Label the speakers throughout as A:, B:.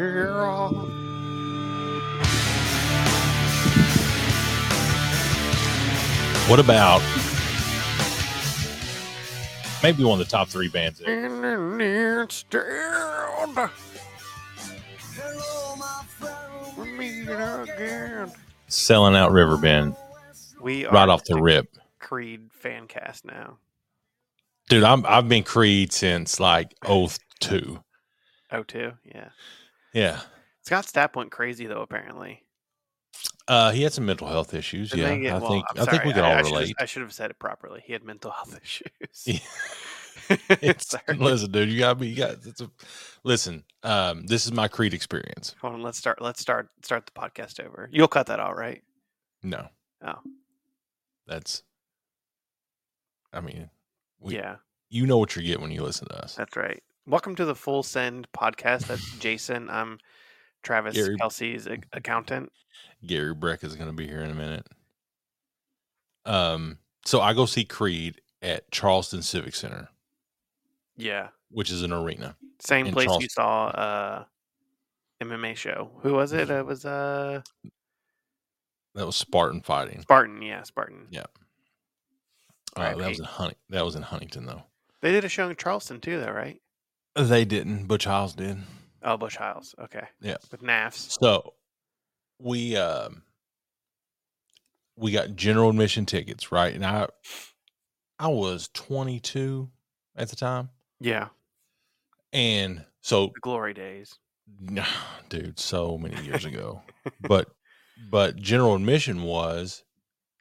A: girl.
B: What about maybe one of the top three bands? ever.
A: And it needs down. We meet again.
B: Selling out Riverbend
C: We are
B: right off the
C: a
B: rip.
C: Creed fan cast now.
B: Dude, I'm, I've been Creed since like 02.
C: Oh two, yeah.
B: Yeah.
C: Scott Stapp went crazy though. Apparently,
B: Uh, he had some mental health issues.
C: The
B: yeah.
C: thing is-
B: I
C: well,
B: think
C: I'm
B: I think
C: sorry,
B: we can
C: I-
B: all
C: I should've-
B: relate.
C: I should have said it properly. He had mental health issues.
B: Yeah. It's-
C: Sorry.
B: listen, dude, you gotta be you got it's a, listen, um, this is my Creed experience.
C: Hold on, let's start. Let's start. Start the podcast over. You'll cut that out, right?
B: No.
C: Oh.
B: That's I mean, We-
C: yeah,
B: you know what you get when you listen to us.
C: that's right. Welcome to the Full Send podcast. That's Jason. I'm Travis
B: Gary.
C: Kelsey's ac- accountant.
B: Gary Breck is going to be here in a minute. Um, so I go see Creed at Charleston Civic Center,
C: Yeah,
B: which is an arena.
C: same
B: In
C: place you
B: Charleston.
C: saw uh MMA show. Who was it? It was uh
B: That was Spartan fighting.
C: Spartan. Yeah, Spartan.
B: Yeah. Uh, that
C: RIP.
B: was in Hunting. That was in Huntington, though.
C: They did a show in Charleston too, though, right?
B: They didn't. Butch Hiles did.
C: Oh, Bush Hiles. Okay.
B: Yeah.
C: With NAFs.
B: So we um we got general admission tickets, right? And I I was 22 at the time,
C: Yeah.
B: and so
C: The glory days.
B: Nah, dude, so many years ago. but but general admission was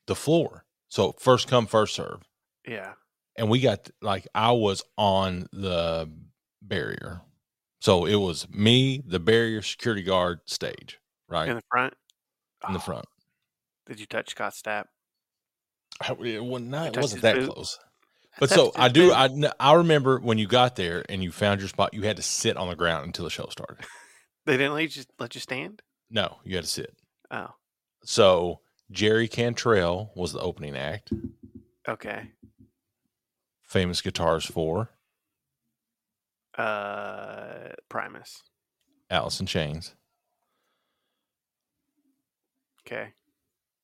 B: the floor. So first come, first serve.
C: Yeah.
B: And we got like I was on the barrier. So it was me, the barrier security guard stage, right?
C: In the front.
B: in the
C: Oh,
B: front.
C: Did you touch Scott Stapp?
B: I, it wasn't, not- it
C: touched
B: wasn't
C: his
B: that
C: boot.
B: close. But
C: touched
B: so I
C: his
B: do
C: boot.
B: I kn- I remember when you got there and you found your spot, you had to sit on the ground until the show started.
C: They didn't let you let you stand.
B: No, you had to sit.
C: Oh.
B: So Jerry Cantrell was the opening act.
C: Okay.
B: famous guitars for
C: Uh, Primus.
B: Alice in Chains,
C: Okay.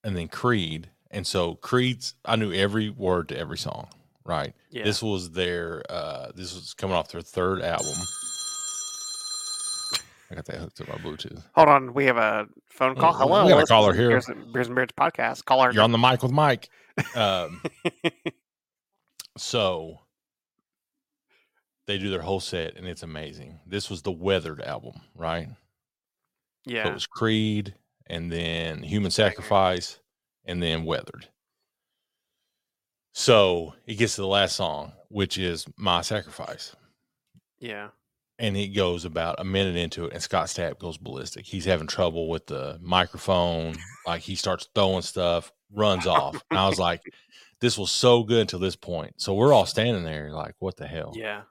B: and then Creed. And so Creed's, I knew every word to every song. Right.
C: Yeah.
B: This was their. uh This was coming off their third album. I got that hooked up by Bluetooth.
C: Hold on. We have a phone call.
B: we-
C: Hello.
B: we got a
C: this
B: caller
C: is
B: here.
C: Beers and, Beers and Beards podcast. Caller.
B: You're on the mic with Mike. Um, so they do their whole set, and it's amazing. This was the Weathered album, right? So
C: yeah.
B: it was Creed, and then Human Sacrifice, and then Weathered. So it gets to the last song, which is My Sacrifice.
C: Yeah.
B: And it goes about a minute into it, and Scott Stapp goes ballistic. He's having trouble with the microphone. Like he starts throwing stuff, runs off. And I was like, this was so good until this point. So we're all standing there, like, what the hell?
C: Yeah.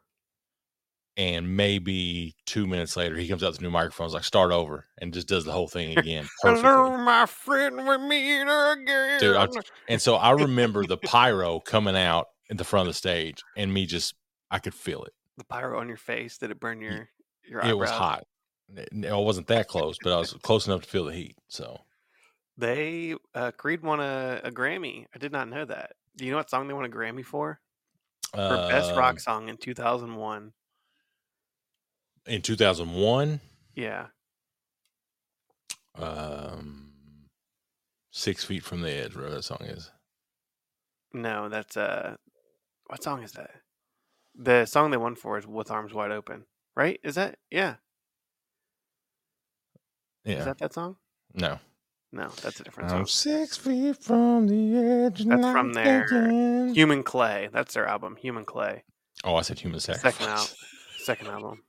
B: And maybe two minutes later, he comes out with the new microphones, like, start over, and just does the whole thing again. perfectly.
A: Hello, my friend. We meet again.
B: Dude, I- And so I remember the pyro coming out in the front of the stage and me just I could feel it.
C: The pyro on your face. Did it burn your your
B: It was
C: eyebrows?
B: hot. N- I wasn't that close, but I was close enough to feel the heat. So
C: They uh, Creed won a, a Grammy. I did not know that. Do you know what song they won a Grammy for? For best
B: um,
C: rock song in 2001.
B: um, in 2001,
C: Yeah.
B: um, Six Feet from the Edge, whatever that song is.
C: No, that's uh what song is that? The song they won for is With Arms Wide Open, right? Is that yeah.
B: Yeah,
C: Is that that song?
B: no.
C: No, that's a different song.
B: I'm six feet from the edge. and
C: That's
B: I'm
C: from their
B: thinking-
C: Human Clay. That's their album, Human Clay.
B: Oh, I said human
C: Second
B: sacrifice.
C: out. Second album.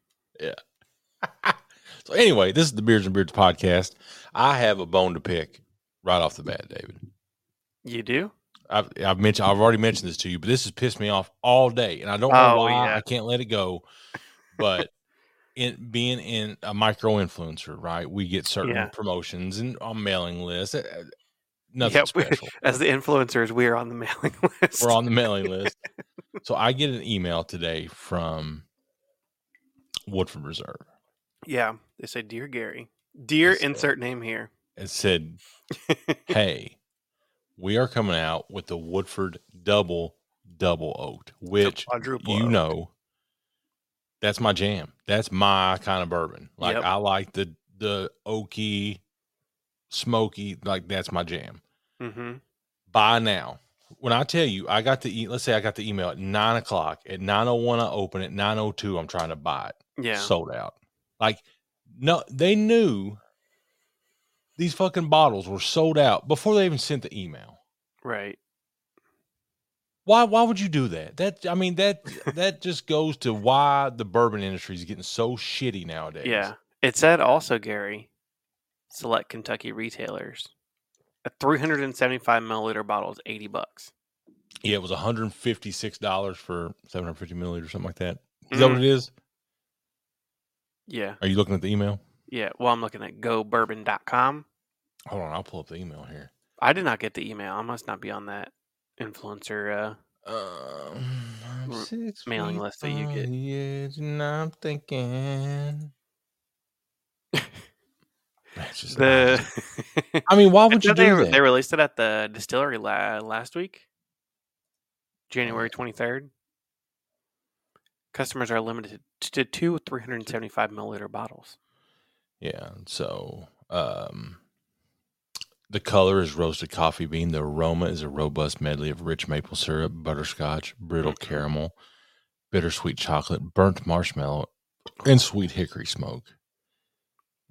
B: So anyway, this is the Beards and Beards podcast. I have a bone to pick right off the bat, David.
C: You do?
B: I've, I've mentioned I've already mentioned this to you, but this has pissed me off all day, and I don't know
C: Oh,
B: why
C: yeah.
B: I can't let it go. But in being in a micro influencer, right, we get certain
C: Yeah.
B: promotions and on mailing lists. uh, uh, Nothing
C: Yeah, we-
B: special.
C: As the influencers, we are on the mailing list.
B: We're on the mailing list, so I get an email today from Woodford Reserve,
C: Yeah. They say, "Dear Gary, dear
B: Yes, sir.
C: insert name here."
B: and said, "Hey, we are coming out with the Woodford double double oaked, which
C: quadruple.
B: you
C: O.
B: know that's my jam. That's my kind of bourbon. Like
C: Yep.
B: I like the the oaky, smoky. Like that's my jam.
C: Mhm.
B: By now, when I tell you, I got the e- let's say I got the email at nine o'clock. At nine o one, I open it. Nine o two, I'm trying to buy it
C: Yeah.
B: sold out. Like, no, they knew these fucking bottles were sold out before they even sent the email.
C: right.
B: Why? Why would you do that? That I mean that that just goes to why the bourbon industry is getting so shitty nowadays.
C: Yeah. It said also, Gary, select Kentucky retailers. A 375 milliliter bottle is 80 bucks.
B: yeah. It was one hundred and fifty six dollars for seven hundred fifty milliliters, something like that. Is that what it is?
C: Mm, Yeah.
B: Are you looking at the email?
C: Yeah. Well, I'm looking at gobourbon.com.
B: Hold on, I'll pull up the email here.
C: I did not get the email. I must not be on that influencer. Uh,
B: Um,
C: R-
B: six
C: mailing
B: feet
C: list that you
B: on
C: get.
B: the edge, and I'm thinking. That's just-
C: the
B: I mean, why
C: I
B: would you
C: thought they,
B: do
C: re-
B: that?
C: they released it at the distillery la- last week, January 23rd. Customers are limited to two 375 milliliter bottles.
B: yeah. So, um, the color is roasted coffee bean. The aroma is a robust medley of rich maple syrup, butterscotch, brittle caramel, bittersweet chocolate, burnt marshmallow, and sweet hickory smoke.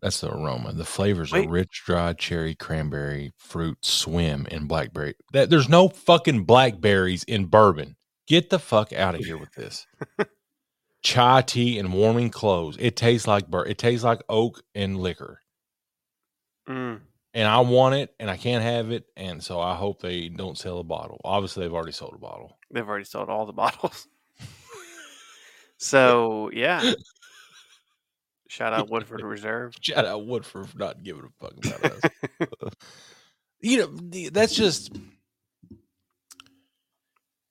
B: That's the aroma. The flavors
C: Wait.
B: are rich, dry cherry, cranberry, fruit, swim, and blackberry. That there's no fucking blackberries in bourbon. Get the fuck out of here with this. Chai tea and warming clothes. It tastes like bur- it tastes like oak and liquor.
C: Mm,
B: And I want it and I can't have it. And so I hope they don't sell a bottle. Obviously they've already sold a bottle.
C: they've already sold all the bottles. so, yeah. Shout out Woodford Reserve.
B: Shout out Woodford for not giving a fuck about us. you know, the- that's just.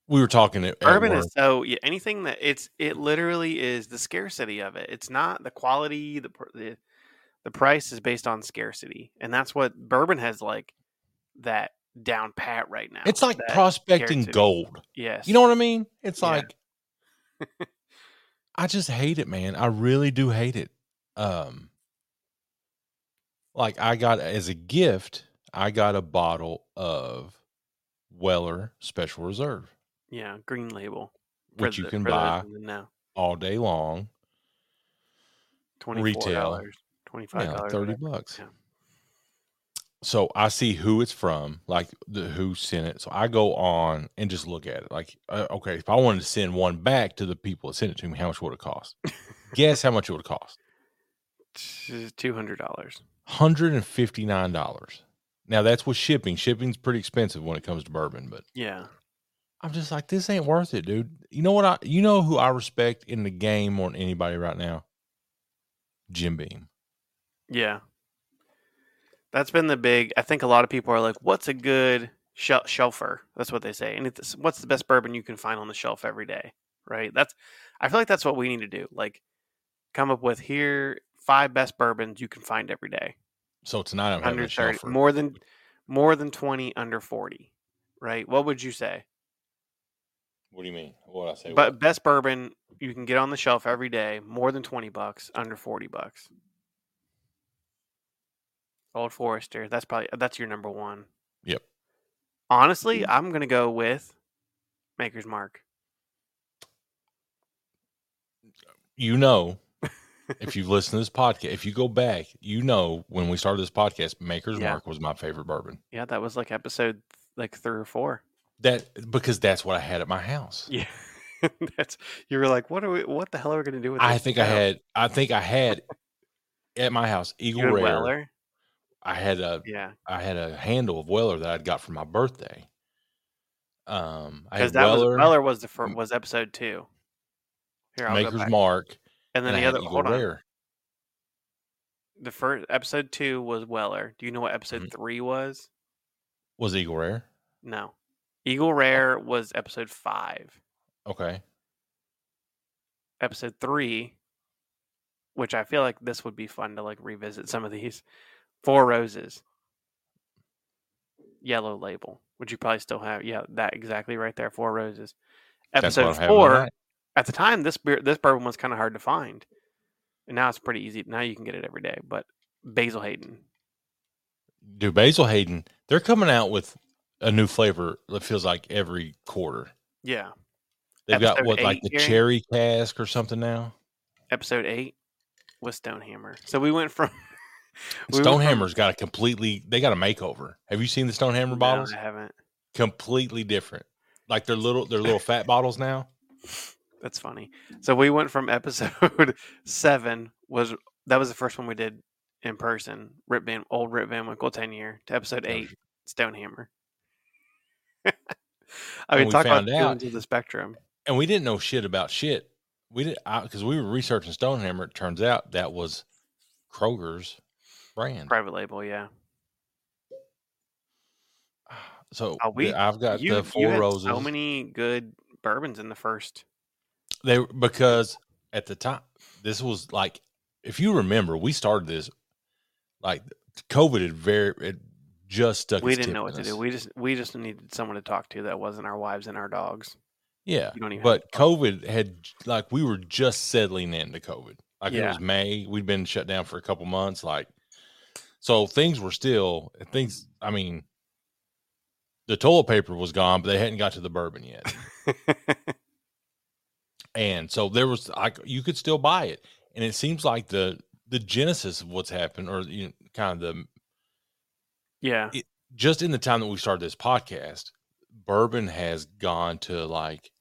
B: We were talking at, at
C: Bourbon
B: work.
C: is so yeah, anything that it's it literally is the scarcity of it. It's not the quality, the pr- the, the price is based on scarcity, and that's what bourbon has like that down pat right now.
B: It's like
C: that-
B: prospecting
C: scarcity.
B: gold.
C: yes,
B: You know what I mean? It's
C: Yeah.
B: like. I just hate it, man. I really do hate it. Um, like I got as a gift, I got a bottle of Weller Special Reserve,
C: yeah, green label, for
B: which you
C: the-
B: can
C: for those
B: buy
C: who didn't know.
B: all day long.
C: twenty four dollars, twenty
B: Yeah,
C: five
B: like
C: dollars,
B: 30 bucks.
C: Yeah.
B: So I see who it's from, like the who sent it. So I go on and just look at it. Like, uh, okay, if I wanted to send one back to the people that sent it to me, how much would it cost? Guess how much it would cost?
C: two hundred dollars.
B: Hundred and fifty nine dollars. Now that's with shipping. Shipping's pretty expensive when it comes to bourbon, but
C: Yeah,
B: I'm just like, this ain't worth it, dude. You know what? I you know who I respect in the game more than anybody right now? Jim Beam.
C: yeah. That's been the big. I think a lot of people are like, "What's a good shel- shelfer?" That's what they say. And it's what's the best bourbon you can find on the shelf every day, right? That's. I feel like that's what we need to do. Like, come up with here five best bourbons you can find every day.
B: So tonight I'm having
C: Under
B: a
C: thirty,
B: shelfer.
C: more than, more than twenty, under forty, right? What would you say?
B: what do you mean? What I say?
C: But best bourbon you can get on the shelf every day, more than twenty bucks, under forty bucks. Old Forester, that's probably that's your number one.
B: Yep. Mm-hmm.
C: Honestly, I'm gonna go with Maker's Mark.
B: you know, if you've listened to this podcast, if you go back, you know when we started this podcast, Maker's
C: Yeah.
B: Mark was my favorite bourbon.
C: Yeah, that was like episode like three or four.
B: That because that's what I had at my house.
C: Yeah, that's you were like, what are we? What the hell are we gonna do with?
B: I
C: this
B: think I
C: now?"
B: had I think I had at my house Eagle
C: you and
B: Rare.
C: Weller.
B: I had a
C: Yeah,
B: I had a handle of Weller that I'd got for my birthday. Um I
C: because
B: had
C: that
B: Weller,
C: was Weller was the first
B: M-
C: was episode two. Here, I'll go
B: Maker's
C: back.
B: Mark,
C: and then
B: and I
C: the
B: had
C: other.
B: Eagle
C: Hold on.
B: Rare.
C: the first episode two was Weller. Do you know what episode
B: Mhm.
C: three was?
B: Was Eagle Rare?
C: No. Eagle Rare was episode five.
B: Okay.
C: Episode three which I feel like this would be fun to like revisit some of these. Four Roses, Yellow Label, which you probably still have. Yeah, that exactly right there. Four Roses,
B: That's what
C: episode
B: I'm having
C: four.
B: tonight.
C: At the time, this beer, this bourbon was kind of hard to find, and now it's pretty easy. Now you can get it every day. But Basil Hayden,
B: Dude, Basil Hayden, they're coming out with a new flavor that feels like every quarter.
C: yeah,
B: They've got
C: Episode
B: what, like
C: eight
B: the
C: here.
B: cherry cask or something now?
C: episode eight was Stonehammer. So we went from we went from-
B: Stonehammer's got a completely they got a makeover. Have you seen the Stonehammer
C: No,
B: bottles?
C: I haven't.
B: Completely different. Like they're little they're little fat bottles now.
C: That's funny. So we went from episode seven was that was the first one we did in person. Rip Van old Rip Van Winkle ten year to episode
B: Oh,
C: eight
B: shit.
C: Stonehammer. I
B: And
C: mean,
B: we
C: talk about
B: found out-
C: feelings of the spectrum.
B: And we didn't know shit about shit. We did because we were researching Stonehammer. It turns out that was Kroger's brand.
C: Private label, yeah.
B: So
C: Are Uh, we-
B: the- I've got
C: you,
B: the
C: you
B: four
C: had
B: roses.
C: So many good bourbons in the first.
B: They were- because at the time this was like if you remember we started this like COVID had very it just stuck.
C: we
B: its
C: didn't
B: tip
C: know what
B: in
C: to
B: us.
C: do. We just we just needed someone to talk to that wasn't our wives and our dogs.
B: Yeah,
C: You don't even have
B: but COVID had like we were just settling into COVID. Like it
C: Yeah.
B: was May, we'd been shut down for a couple months. Like so, things were still things. I mean, the toilet paper was gone, but they hadn't got to the bourbon yet. and so there was like you could still buy it, and it seems like the the genesis of what's happened, or you know, kind of the
C: Yeah.
B: just in the time that we started this podcast, bourbon has gone to like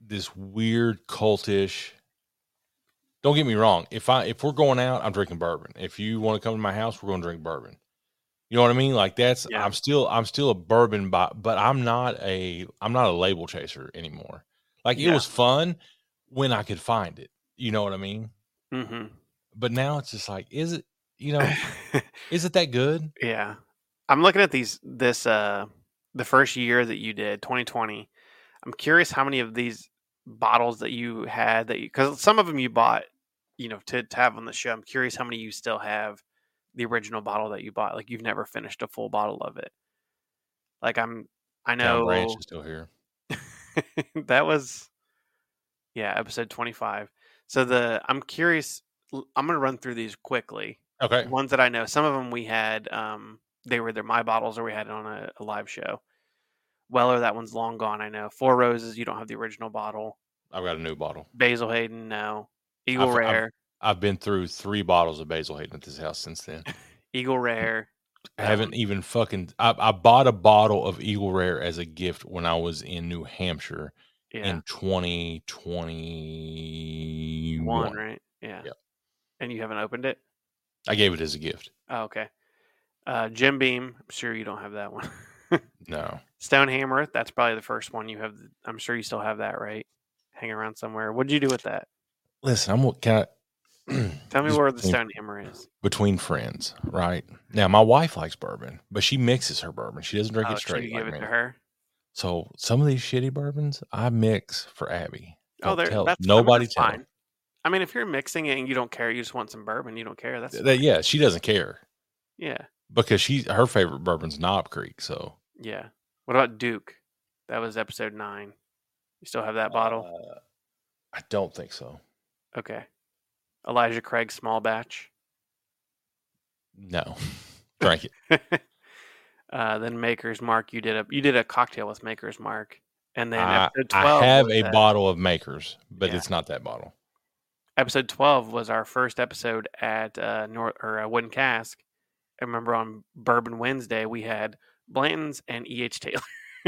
B: this weird cultish. Don't get me wrong. If I if we're going out, I'm drinking bourbon. If you want to come to my house, we're going to drink bourbon. You know what I mean? Like that's
C: Yeah.
B: I'm still I'm still a bourbon bo- but I'm not a I'm not a label chaser anymore. Like it
C: Yeah.
B: was fun when I could find it. You know what I mean? But now it's just like is it you know,
C: Mm-hmm.
B: is it that good?
C: Yeah. I'm looking at these this uh the first year that you did 2020. I'm curious how many of these bottles that you had that you cuz some of them you bought, you know, to, to have on the show. I'm curious how many you still have the original bottle that you bought. Like you've never finished a full bottle of it. Like I'm I
B: Town
C: know
B: branch is still here.
C: that was yeah, episode 25. So the I'm curious l- I'm going to run through these quickly
B: Okay.
C: ones that I know. Some of them we had, um, they were either my bottles or we had it on a, a live show. Weller, that one's long gone. I know. Four Roses, you don't have the original bottle.
B: I've got a new bottle.
C: Basil Hayden, no. Eagle
B: I've- I've-
C: Rare,
B: I've been through three bottles of Basil Hayden at this house since then.
C: Eagle Rare. um,
B: I
C: that
B: haven't
C: one.
B: even fucking. I, I bought a bottle of Eagle Rare as a gift when I was in New Hampshire
C: Yeah,
B: in 2021.
C: one, right? Yeah.
B: Yep.
C: And you haven't opened it?
B: I gave it as a gift.
C: Oh, okay. Uh, Jim Beam, I'm sure you don't have that one.
B: No,
C: Stonehammer, that's probably the first one you have. I'm sure you still have that, right? Hang around somewhere. What'd you do with that?
B: listen, I'm what kind of.
C: Tell me
B: Just
C: where the
B: between-
C: Stonehammer is.
B: between friends, right? Now, my wife likes bourbon, but she mixes her bourbon. She doesn't drink
C: Oh,
B: it
C: should
B: straight.
C: you
B: like
C: give it
B: me.
C: to her?
B: So some of these shitty bourbons I mix for Abby.
C: Oh,
B: Don't
C: there.
B: tell-
C: That's I mean,
B: nobody
C: that's
B: tell her.
C: fine. I mean, if you're mixing it and you don't care, you just want some bourbon. You don't care. That's
B: Th- that- yeah, she doesn't care.
C: yeah,
B: because she her favorite bourbon's Knob Creek. So
C: yeah. What about Duke? That was episode nine. You still have that bottle?
B: Uh, I don't think so. Uh.
C: Okay. Elijah Craig small batch.
B: No, drank it.
C: uh, then Maker's Mark. You did a you did a cocktail with Maker's Mark, and then
B: I,
C: episode
B: I
C: twelve.
B: have
C: was
B: a
C: that-
B: bottle of Makers, but
C: Yeah.
B: it's not that bottle.
C: episode 12 was our first episode at uh north or uh, wooden cask i remember on bourbon wednesday we had blanton's and eh taylor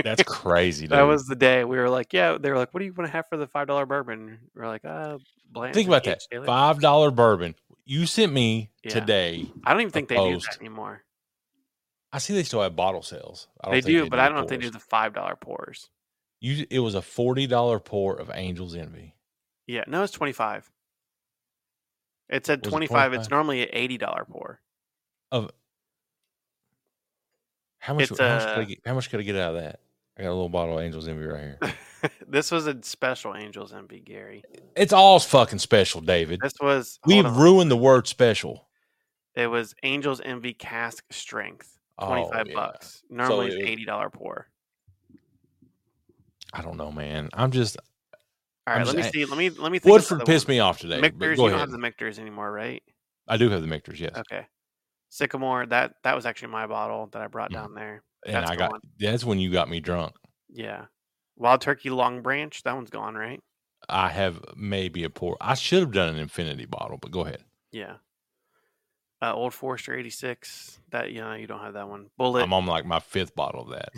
B: That's crazy. Dude.
C: that was the day we were like yeah they were like what do you want to have for the five dollar bourbon we are like uh blanton's
B: think
C: and
B: about that
C: E.H. Taylor."
B: five dollar bourbon you sent me
C: Yeah.
B: today.
C: i don't even think they do
B: proposed.
C: that anymore
B: I see they still have bottle sales. I don't
C: they
B: think
C: do but i don't know if
B: pours.
C: they do the five dollar pours
B: You, it was a forty dollar pour of Angel's Envy.
C: yeah no it's 25 it said
B: Was it
C: 25 it's
B: 25?
C: normally an 80 dollar pour
B: Of how much?
C: It's,
B: how, much could I
C: uh,
B: get, how much could I get out of that? I got a little bottle of Angel's Envy right here.
C: this was a special Angels MP, Gary.
B: It's all fucking special, David.
C: This was
B: We
C: hold on.
B: ruined the word special.
C: It was Angels Envy cask strength,
B: Oh,
C: twenty five
B: yeah.
C: bucks. Normally
B: it-
C: it's eighty dollar pour.
B: I don't know, man. I'm just
C: All
B: I'm
C: right, let me
B: just-
C: see. Let me let me think.
B: Woodford pissed me off today. but
C: Mictors,
B: go
C: you don't
B: ahead.
C: have the Mictors anymore, right?
B: I do have the Mictors, yes.
C: Okay. Sycamore, that that was actually my bottle that I brought
B: Mhm.
C: down there.
B: and
C: that's
B: I got
C: gone.
B: that's when you got me drunk.
C: Yeah. Wild Turkey Long Branch, that one's gone, right?
B: I have maybe a pour. I should have done an infinity bottle, but go ahead.
C: Yeah. Uh, Old Forester 86, that you know, you don't have that one. Bullet.
B: I'm on like my fifth bottle of that.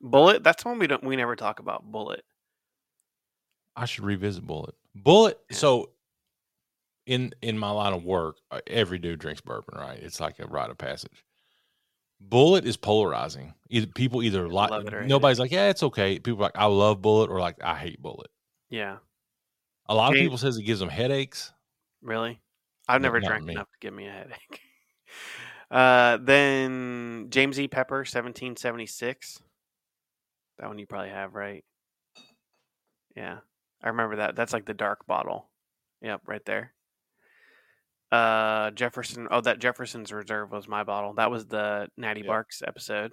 C: Bullet, that's one we don't we never talk about. Bullet.
B: I should revisit Bullet. Bullet.
C: Yeah.
B: So, in in my line of work, uh, every dude drinks bourbon, right? It's like a rite of passage. Bullet is polarizing. Either people either like
C: love it or hate it.
B: nobody's like, yeah, it's okay. People are like I love Bullet or like I hate Bullet.
C: Yeah.
B: A lot
C: Hey.
B: of people says it gives them headaches.
C: Really? I've
B: No,
C: never
B: not
C: drank
B: me.
C: enough to give me a headache. Uh, then James E. Pepper, 1776. That one you probably have, right? Yeah. I remember that. That's like the dark bottle. Yep, right there. Uh, Jefferson. Oh, that Jefferson's Reserve was my bottle. That was the Natty
B: Yep.
C: Barks episode.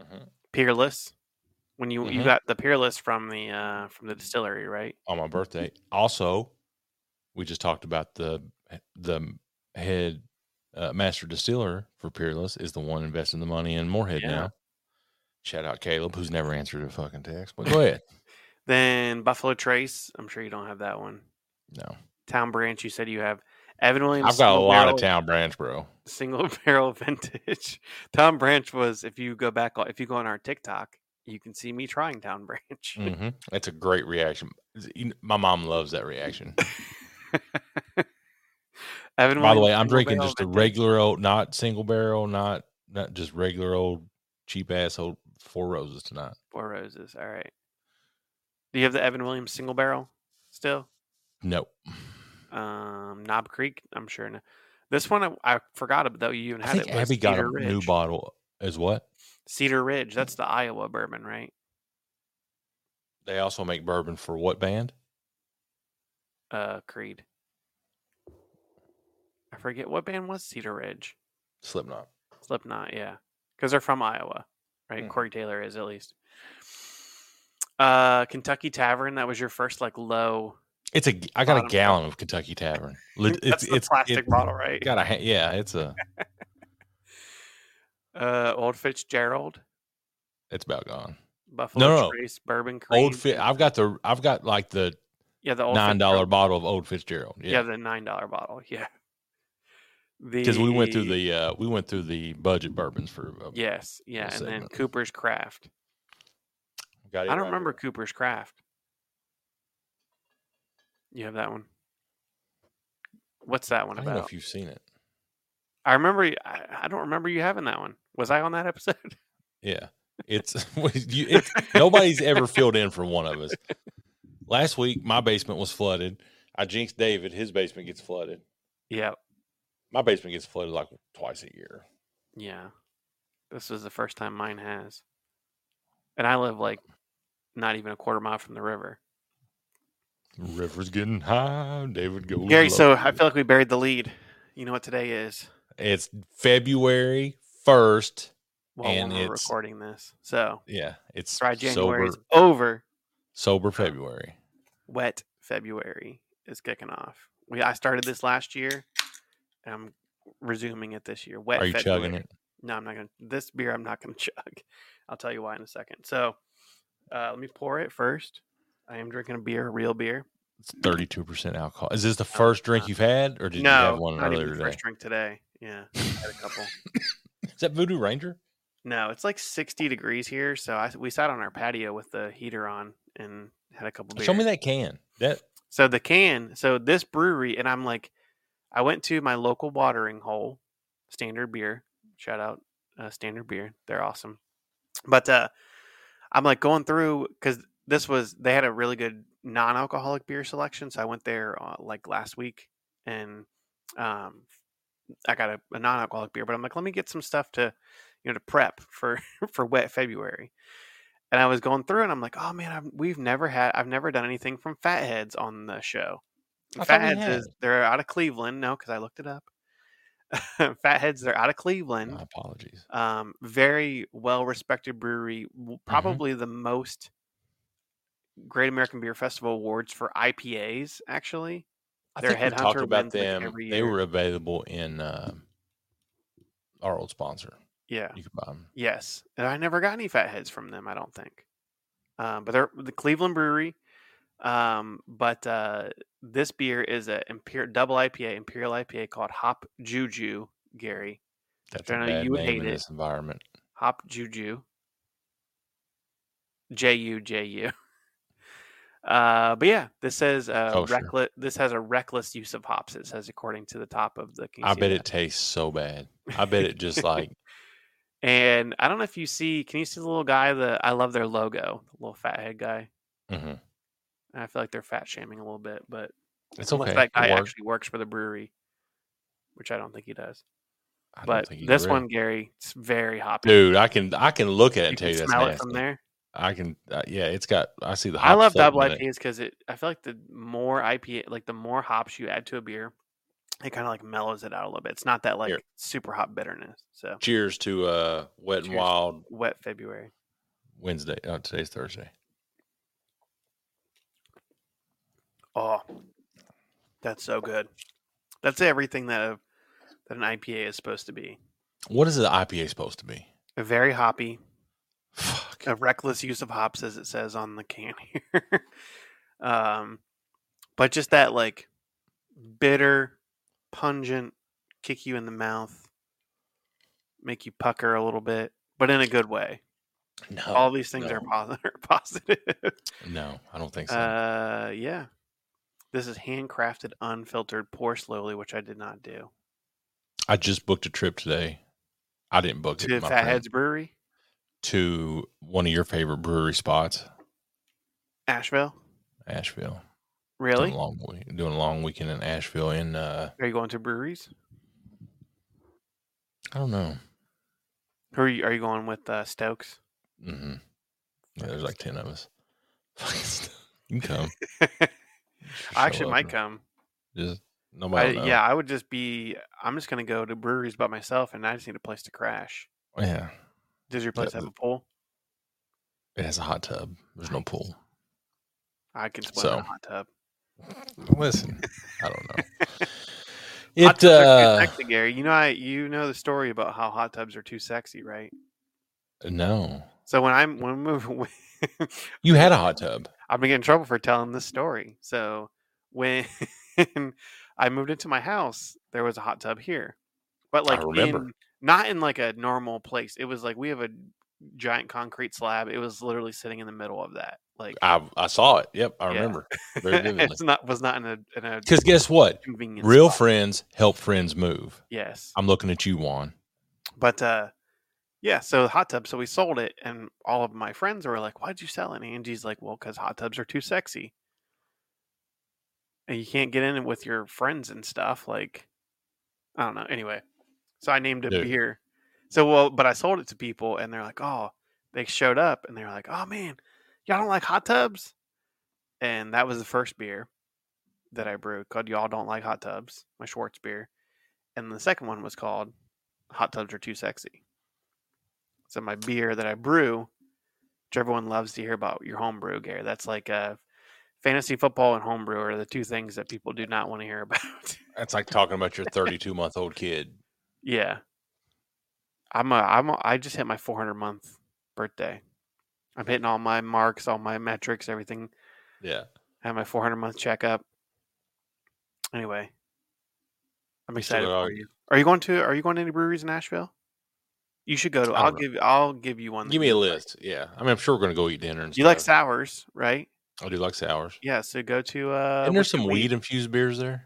B: Mm-hmm.
C: Peerless. When you you
B: Mhm.
C: got the Peerless from the uh from the distillery, right?
B: On my birthday, also, we just talked about the the head uh, master distiller for Peerless is the one investing the money in Moorhead
C: Yeah.
B: now. Shout out Caleb, who's never answered a fucking text. But go ahead.
C: Then Buffalo Trace. I'm sure you don't have that one.
B: No,
C: Town Branch. You said you have Evan Williams.
B: I've got a
C: single
B: lot
C: barrel-
B: of town branch, bro.
C: Single barrel vintage. Town Branch was if you go back, if you go on our TikTok, you can see me trying Town Branch.
B: hmm That's a great reaction. You kn- My mom loves that reaction.
C: Evan
B: By the
C: Williams
B: way, I'm
C: single
B: drinking
C: barrel
B: just a
C: vintage.
B: regular old, not single barrel, not not just regular old cheap ass old Four Roses tonight.
C: Four Roses. All right. Do you have the Evan Williams single barrel still?
B: No,
C: Um, Knob Creek. I'm sure. No. This one I, I forgot about though. You even
B: I
C: had
B: think
C: it. was
B: Abby got
C: Cedar
B: a
C: Ridge.
B: new bottle. Is what
C: Cedar Ridge. That's the Iowa bourbon, right?
B: they also make bourbon for what band?
C: Uh, Creed. I forget what band was Cedar Ridge.
B: Slipknot.
C: Slipknot, yeah, because they're from Iowa, right?
B: Mhm.
C: Corey Taylor is at least. Uh, Kentucky Tavern. That was your first like low.
B: It's a. g- I got
C: Bottom
B: a gallon of Kentucky Tavern. Lit-
C: That's the plastic
B: it-
C: bottle, right?
B: Got a ha- yeah. It's a.
C: Uh, Old Fitzgerald,
B: It's about gone.
C: Buffalo
B: No, no.
C: Trace, Bourbon Cream.
B: Old fit. I've got the. I've got like the
C: yeah, the old
B: nine dollar
C: Fitzgerald.
B: bottle of Old Fitzgerald.
C: Yeah. the nine dollar bottle. Yeah,
B: because we went through the uh, we went through the budget bourbons for. Uh,
C: yes, yeah, and then
B: segment.
C: Cooper's Craft.
B: got it
C: I don't
B: right
C: remember
B: here.
C: Cooper's Craft. You have that one. What's that
B: I
C: one
B: don't even know
C: about?
B: if you've seen it.
C: I remember. y- I, I don't remember you having that one. Was I on that episode?
B: Yeah, it's what is- you, it's nobody's ever filled in for one of us. Last week, my basement was flooded. I jinxed David. His basement gets flooded.
C: yeah,
B: My basement gets flooded like twice a year.
C: yeah. This was the first time mine has, and I live like not even a quarter mile from the river.
B: River's getting high. David goes.
C: Gary, so
B: low.
C: I feel like we buried the lead. You know what today is?
B: it's February first.
C: Well,
B: And
C: when we're
B: it's-
C: recording this, so
B: Yeah, it's
C: dry January
B: sober,
C: is uh, over.
B: sober February.
C: Wet February is kicking off. We I started this last year, and I'm resuming it this year. Wet
B: Are you
C: February.
B: chugging it?
C: No, I'm not gonna. This beer, I'm not gonna chug. I'll tell you why in a second. So, uh, let me pour it first. I am drinking a beer, real beer.
B: It's thirty-two percent alcohol. Is this the
C: it's
B: first drink
C: not.
B: you've had, or did
C: Mm-hmm. Uh, no,
B: you have one
C: not
B: earlier
C: even the
B: today?
C: first drink today. Yeah, I had a couple.
B: Is that Voodoo Ranger?
C: No, it's like 60 degrees here, so I we sat on our patio with the heater on and had a couple beers.
B: Show me that can. That
C: So the can. So this brewery, and I'm like, I went to my local watering hole, Standard Beer. Shout out uh, Standard Beer. They're awesome. But uh, I'm like going through because this was they had a really good non-alcoholic beer selection. So I went there uh, like last week, and um, I got a, a non-alcoholic beer. But I'm like, let me get some stuff to, you know, to prep for for wet February. and I was going through, and I'm like, oh man, I've, we've never had, I've never done anything from Fatheads on the show.
B: I thought we
C: Fatheads is they're out of Cleveland, no, because I looked it up. Fatheads, they're out of Cleveland.
B: My apologies.
C: Um, very well respected brewery, w- probably the most Great American Beer Festival awards for IPAs. Actually,
B: I
C: Their
B: think we
C: headhunter
B: talked about
C: wins, like,
B: them.
C: every
B: they
C: year.
B: were available in um our old sponsor.
C: yeah,
B: You could buy them.
C: yes, and I never got any Fatheads from them. I don't think, um, but they're the Cleveland Brewery. Um, but uh, this beer is a imper- double IPA, Imperial IPA called Hop Juju, Gary.
B: That's
C: I
B: a
C: know
B: bad
C: you would
B: name
C: hate
B: in
C: it.
B: this environment.
C: Hop Juju. J U J U. Uh, but yeah, this says uh,
B: Kosher.
C: reckless. This has a reckless use of hops. It says according to the top of the. can you
B: I
C: see
B: bet
C: that?
B: it tastes so bad. I bet it just like
C: And I don't know if you see. Can you see the little guy? The I love their logo, the little fat head guy.
B: mhm.
C: I feel like they're fat shaming a little bit, but
B: it's
C: unless
B: okay.
C: that
B: It
C: guy
B: worked.
C: actually works for the brewery, which I don't think he does.
B: I don't
C: But
B: think you
C: this
B: read.
C: one, Gary, it's very hoppy.
B: dude, I can I can look at it
C: you
B: and tell
C: can
B: you that's
C: smell it from
B: nasty.
C: there.
B: I can uh, yeah, it's got I see the.
C: I
B: hops
C: love
B: floating
C: double
B: in it.
C: IPAs because it. I feel like the more IPA, like the more hops you add to a beer, it kind of like mellows it out a little bit. It's not that like
B: Here.
C: super hot bitterness. So
B: Cheers to uh Wet
C: Cheers.
B: and Wild
C: wet February.
B: Wednesday. Oh, today's Thursday.
C: Oh, that's so good. That's everything that a, that an IPA is supposed to be.
B: What is the IPA supposed to be?
C: A very hoppy,
B: Fuck.
C: a reckless use of hops, as it says on the can here. um, but just that like bitter, pungent, kick you in the mouth, make you pucker a little bit, but in a good way.
B: No.
C: All these things are
B: Oh, no.
C: posi- are positive.
B: no, I don't think so.
C: uh, yeah. This is handcrafted, unfiltered, pour slowly, which I did not do.
B: I just booked a trip today. I didn't book
C: To
B: it. my friend.
C: Fatheads Brewery,
B: to one of your favorite brewery spots,
C: Asheville.
B: Asheville.
C: Really?
B: Doing a long, we- doing a long weekend in Asheville. And uh,
C: Are you going to breweries?
B: I don't know.
C: Who are you? Are you going with uh, Stokes?
B: hmm Yeah, there's like 10 of us. Fucking st- you can come.
C: I actually might come.
B: Just,
C: I,
B: nobody. will know.
C: yeah, I would just be. I'm just gonna go to breweries by myself, and I just need a place to crash.
B: Yeah.
C: Does your place
B: That-
C: have a pool?
B: It has a hot tub. There's no pool.
C: I can swim in a
B: So,
C: hot tub.
B: Listen, I don't know.
C: Hot
B: It,
C: tubs are
B: uh,
C: too sexy, Gary. You know, I you know the story about how hot tubs are too sexy, right?
B: no.
C: So when I'm when we moved,
B: You had a hot tub.
C: I've been getting in trouble for telling this story. So when I moved into my house, there was a hot tub here, but
B: I
C: like
B: remember.
C: in- not in like a normal place. It was like we have a giant concrete slab. It was literally sitting in the middle of that. Like
B: I, I saw it. Yep. I
C: Yeah.
B: remember very vividly.
C: it's not was not in a in a
B: Because guess what?
C: convenience
B: Real
C: spot.
B: friends help friends move.
C: Yes,
B: I'm looking at you, Juan.
C: but uh, yeah. So the hot tub. So we sold it, and all of my friends were like, "Why'd you sell it?" And Angie's like, "Well, because hot tubs are too sexy, and you can't get in it with your friends and stuff." Like, I don't know. Anyway, so I named it
B: Dude.
C: beer. So well, but I sold it to people, and they're like, "Oh," they showed up, and they're like, "Oh man, y'all don't like hot tubs?" And that was the first beer that I brewed called "Y'all Don't Like Hot Tubs," my Schwartz beer, and the second one was called "Hot Tubs Are Too Sexy." So my beer that I brew, which everyone loves to hear about your homebrew, Gary. That's like uh, fantasy football and homebrew are the two things that people do not want to hear about.
B: That's like talking about your 32 month old kid.
C: Yeah. I'm a I'm a, I just hit my 400 month birthday. I'm hitting all my marks, all my metrics, everything.
B: Yeah.
C: I have my 400 month checkup. Anyway, I'm excited
B: all-
C: for you. Are you going to Are you going to any breweries in Nashville? You should go to.
B: I
C: I'll
B: don't know.
C: give I'll give you one. that
B: Give me
C: you
B: a
C: like.
B: list. Yeah. I mean, I'm sure we're going to go eat dinner and
C: You like
B: stuff.
C: sours, right?
B: I do like sours.
C: Yeah. So go to. uh
B: and there's
C: Wicked
B: some weed infused beers there.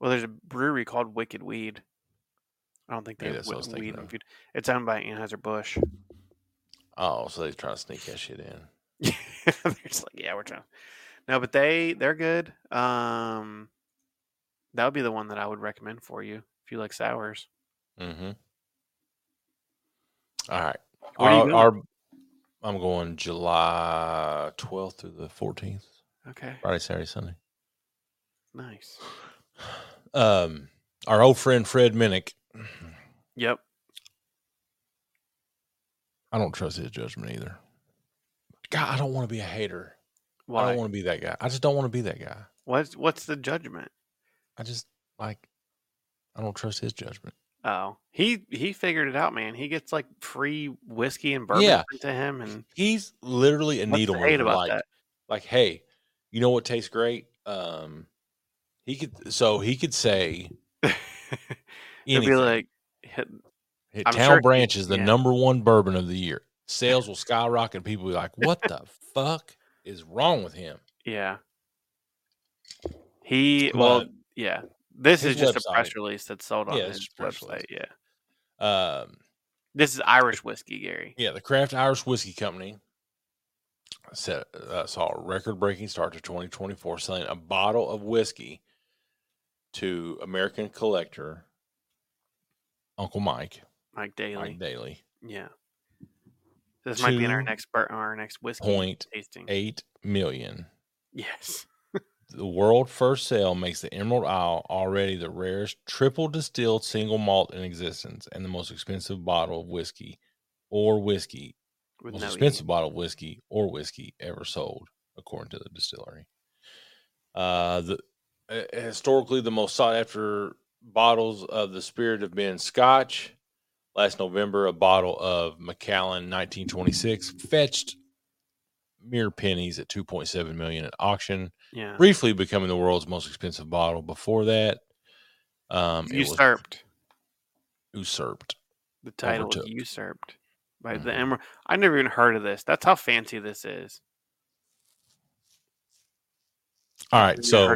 C: Well, there's a brewery called Wicked Weed. I don't think they
B: Maybe
C: have
B: that's what I was
C: wi-
B: thinking
C: weed.
B: of.
C: infused- It's owned by Anheuser Busch.
B: Oh, so they try to sneak that shit in.
C: they're just like, yeah, we're trying. No, but they they're good. Um, that would be the one that I would recommend for you if you like sours.
B: Mm-hmm. All right.
C: Where do you
B: Our,
C: go?
B: our I'm going July 12th through the 14th,
C: Okay.
B: Friday, Saturday, Sunday.
C: Nice.
B: Um, our old friend Fred Minnick.
C: Yep.
B: I don't trust his judgment either. God, I don't want to be a hater. I
C: Why?
B: don't want to be that guy. I just don't want to be that guy.
C: What's what's the judgment?
B: I just like I don't trust his judgment.
C: Oh, he he figured it out, man. He gets like free whiskey and bourbon
B: Yeah.
C: sent to him, and
B: He's literally a
C: what's
B: needle
C: the
B: mover.
C: hate about
B: like,
C: that?
B: like, hey, you know what tastes great? Um, he could so he could say
C: He'll
B: anything.
C: be like, hit,
B: Hit
C: I'm
B: Town
C: sure he-
B: Branch is the
C: yeah.
B: number one bourbon of the year. Sales will skyrocket. and People will be like, "What the fuck is wrong with him?"
C: yeah. He well,
B: But-
C: yeah. This is
B: his
C: just a
B: website-
C: press release that's sold on
B: Yeah, it's
C: his
B: just a press
C: website.
B: release.
C: Yeah,
B: Um,
C: this is Irish whiskey, Gary.
B: Yeah, the Craft Irish Whiskey Company set, uh, saw a record breaking start to 2024, selling a bottle of whiskey to American collector Uncle Mike,
C: Mike Daly.
B: Mike Daly,
C: Yeah. This might be in our
B: Two
C: next bur- our next whiskey
B: point
C: tasting.
B: 8 million.
C: Yes.
B: The world first sale makes the Emerald Isle already the rarest triple distilled single malt in existence and the most expensive bottle of whiskey or whiskey,
C: With
B: most
C: no E.
B: expensive bottle of whiskey or whiskey ever sold, according to the distillery. Uh, the uh, historically the most sought after bottles of the spirit have been Scotch. Last November, a bottle of Macallan 1926 fetched mere pennies at 2.7 million at auction
C: Yeah.
B: briefly becoming the world's most expensive bottle. Before that, um, it was
C: usurped.
B: usurped.
C: The title
B: overtook.
C: is usurped by the
B: Mhm.
C: Emerald. I never even heard of this. That's how fancy this is.
B: All right,
C: Never heard
B: so
C: of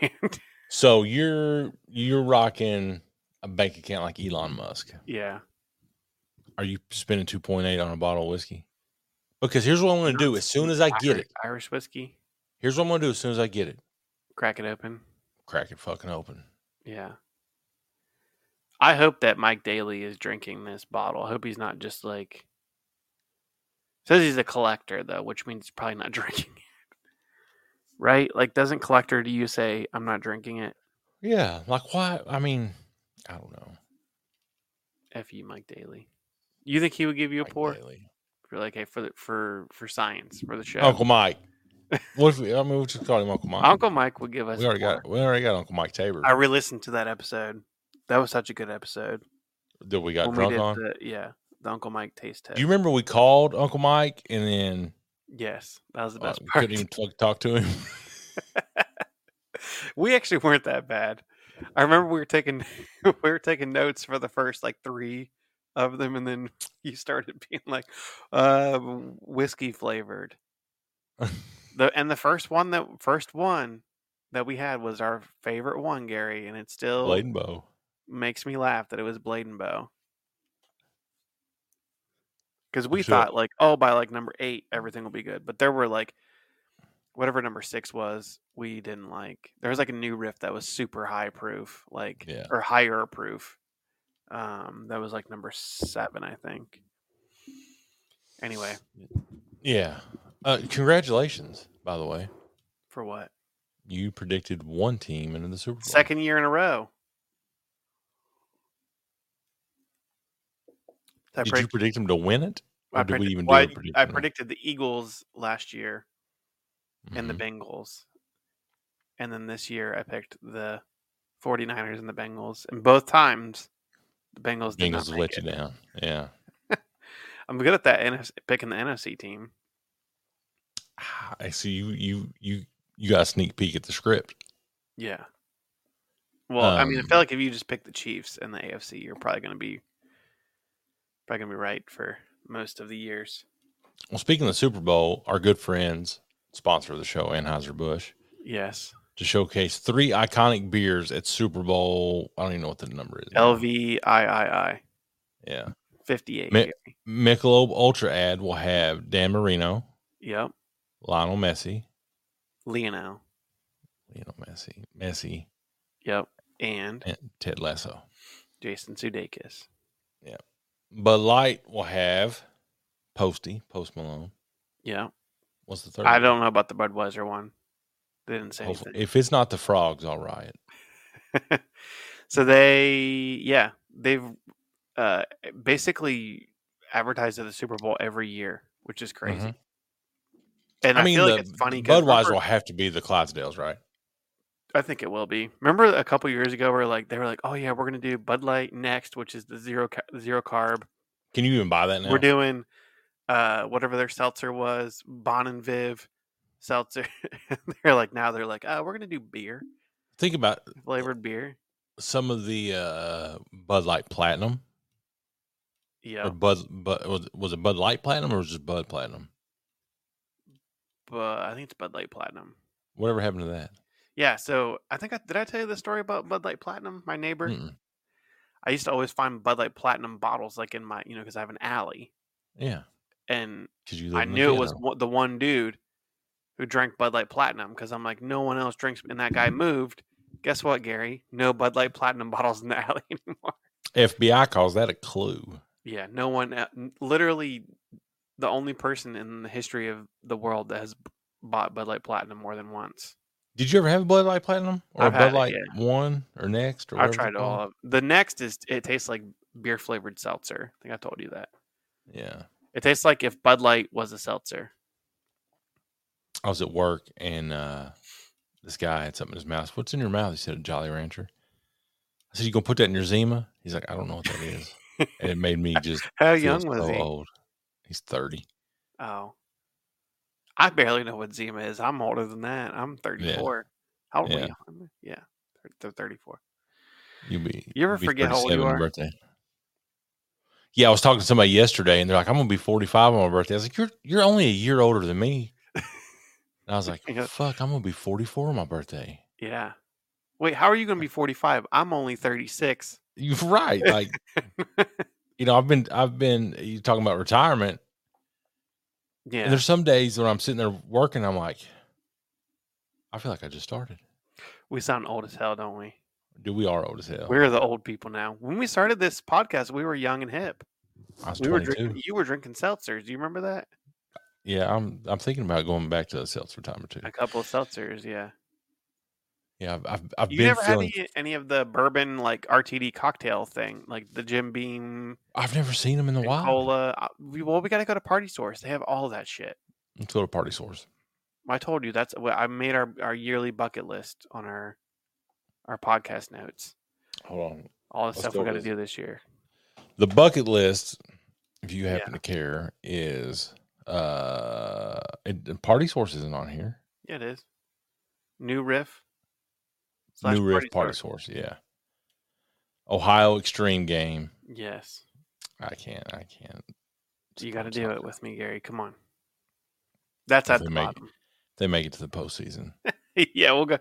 C: this brand.
B: so you're you're rocking a bank account like Elon Musk.
C: yeah.
B: Are you spending two point eight on a bottle of whiskey? Because here's what I'm going to do. As soon as I get
C: Irish-
B: it,
C: Irish whiskey.
B: here's what I'm going to do. As soon as I get it,
C: Crack it open.
B: crack it fucking open.
C: Yeah. I hope that Mike Daly is drinking this bottle. I hope he's not just like says he's a collector though, which means he's probably not drinking it. Right? Like doesn't collector do you say I'm not drinking it?
B: Yeah, like why? I mean, I don't know.
C: F you Mike Daly. You think he would give you a
B: Mike
C: pour?
B: Daly.
C: You're like, hey, for the for for science, for the show.
B: Uncle Mike. What if we, I mean we just call him Uncle Mike?
C: Uncle Mike would give us
B: we
C: a
B: already
C: pour.
B: got we already got Uncle Mike Tabor
C: I re listened to that episode. That was such a good episode.
B: that we got
C: When we
B: drunk
C: did
B: on.
C: the- yeah, the Uncle Mike taste test.
B: Do you remember we called Uncle Mike and then
C: yes, that was the
B: uh,
C: best
B: we
C: part.
B: couldn't even talk, talk to him? e
C: we actually weren't that bad. I remember we were taking we were taking notes for the first like three of them, and then you started being like, uh, whiskey flavored. The and the first one that first one that we had was our favorite one, Gary, and it still
B: Blade and Bow.
C: makes me laugh that it was Blade and Bow. Because we
B: should-
C: thought like, oh, by like number eight, everything will be good. But there were like whatever number six was, we didn't like. There was like a new riff that was super high proof, like
B: Yeah.
C: or higher proof. Um, that was like number seven, I think. Anyway,
B: Yeah. Uh, congratulations, by the way.
C: for what?
B: You predicted one team into the Super Bowl.
C: Second year in a row. Did I
B: Did
C: predict-
B: you predict them to win it?
C: I,
B: Or did we
C: predict-
B: even
C: well,
B: do
C: I, I
B: a prediction?
C: predicted the Eagles last year and the
B: Mhm.
C: Bengals. And then this year I picked the 49ers and the Bengals. And both times the Bengals did not
B: Bengals let
C: make
B: you
C: it.
B: down. Yeah.
C: I'm good at that NFC, picking the NFC team.
B: Ah, I see you you you you got a sneak peek at the script.
C: Yeah. Well, I mean, I feel
B: Um,
C: like if you just pick the Chiefs and the AFC, you're probably going to be probably going to be right for most of the years.
B: Well, speaking of the Super Bowl, our good friends, sponsor of the show, Anheuser-Busch,
C: Yes.
B: to showcase three iconic beers at Super Bowl. I don't even know what the number is. now.
C: LVIII
B: Yeah.
C: 58.
B: Mi-
C: Gary.
B: Michelob Ultra ad will have Dan Marino,
C: Yep.
B: Lionel Messi,
C: Lionel.
B: Lionel Messi, Messi,
C: Yep. And
B: and Ted Lasso.
C: Jason Sudeikis.
B: Bud Light will have Posty, Post Malone.
C: Yeah.
B: What's the third?
C: I
B: one?
C: don't know about the Budweiser one. They didn't say
B: Hopefully-
C: anything.
B: If it's not the frogs, I'll riot.
C: so they yeah they've uh basically advertised at the super bowl every year which is crazy
B: Mhm.
C: and i,
B: I mean,
C: feel
B: the,
C: like it's funny 'cause
B: Budweiser will
C: remember-
B: have to be the Clydesdales, right?
C: i think it will be remember a couple years ago where like they were like oh yeah we're gonna do bud light next which is the zero ca- zero carb
B: Can you even buy that now?
C: we're doing uh whatever their seltzer was bon and viv seltzer they're like now they're like oh we're gonna do beer
B: Think about
C: flavored beer
B: some of the uh, Bud Light Platinum.
C: yeah
B: Or Bud, Bud was, was it Bud Light Platinum or was it just Bud Platinum?
C: but uh, i think it's bud light platinum
B: Whatever happened to that?
C: Yeah, so I think I did I tell you the story about Bud Light Platinum, my neighbor?
B: Mm-mm.
C: I used to always find Bud Light Platinum bottles like in my, you know, cuz I have an alley
B: Yeah,
C: and
B: because you live
C: I
B: in
C: knew it was
B: Louisiana.
C: one, the one dude who drank Bud Light Platinum cuz I'm like no one else drinks and that guy moved. Guess what, Gary? No Bud Light Platinum bottles in the alley anymore.
B: FBI calls that a clue.
C: Yeah, no one e- n- literally the only person in the history of the world that has b- bought Bud Light Platinum more than once.
B: Did you ever have a Bud Light Platinum or
C: I've
B: a
C: had
B: Bud
C: it,
B: Light One or Next? Or
C: I've
B: whatever they're
C: tried all
B: called?
C: of the next is it tastes like beer flavored seltzer. I think I told you that.
B: Yeah,
C: It tastes like if Bud Light was a seltzer.
B: I was at work and uh, this guy had something in his mouth. What's in your mouth? He said, a Jolly Rancher. I said, you gonna put that in your Zima? He's like, I don't know what that is. and it Oh. made me just
C: How
B: feel
C: young was
B: so
C: he?
B: old. He's 30.
C: Oh. I barely know what Zima is. I'm older than that. I'm 34. How old
B: Yeah.
C: are you? Yeah. thir- They're 34.
B: You be
C: You ever
B: you'll be
C: forget how old you
B: 37 on
C: are?
B: Birthday. Yeah, I was talking to somebody yesterday, and they're like, "I'm gonna be 45 on my birthday." I was like, "You're you're only a year older than me." And I was like,
C: Yeah.
B: "Fuck, I'm gonna be 44 on my birthday."
C: Yeah. Wait, how are you going to be 45? I'm only 36.
B: You're right. Like, you know, I've been I've been you talking about retirement,
C: Yeah.
B: and there's some days when I'm sitting there working, I'm like, I feel like I just started.
C: we sound old as hell, don't we?
B: Dude, we are old as hell.
C: We're the old people now. When we started this podcast, we were young and hip.
B: I was
C: We were
B: 22.
C: drinking, you were drinking seltzers. Do you remember that?
B: yeah, I'm I'm thinking about going back to seltzer timer too.
C: A couple of seltzers, yeah.
B: Yeah, I've I've, I've
C: You
B: been
C: never
B: feeling.
C: had any, any of the bourbon like RTD cocktail thing, like the Jim Beam
B: I've never seen them in the
C: and
B: wild.
C: cola. Uh, We, well, we got to go to Party Source. They have all that shit.
B: Let's go to Party Source.
C: I told you that's. well, I made our, our yearly bucket list on our our podcast notes.
B: Hold on.
C: All the
B: Let's
C: stuff
B: do
C: we
B: it
C: got to
B: this-
C: do this year.
B: The bucket list, if you happen to care, is uh it, the Party Source isn't on here.
C: Yeah, it is. New riff. slash
B: New Riff Party
C: Source.
B: Source, yeah. Ohio Extreme Game.
C: Yes,
B: I can't. I can't.
C: you got to
B: Sometimes
C: do it with me, Gary. Come on. That's
B: If
C: at
B: we
C: the
B: make it.
C: bottom.
B: They make it to the postseason.
C: yeah, we'll go.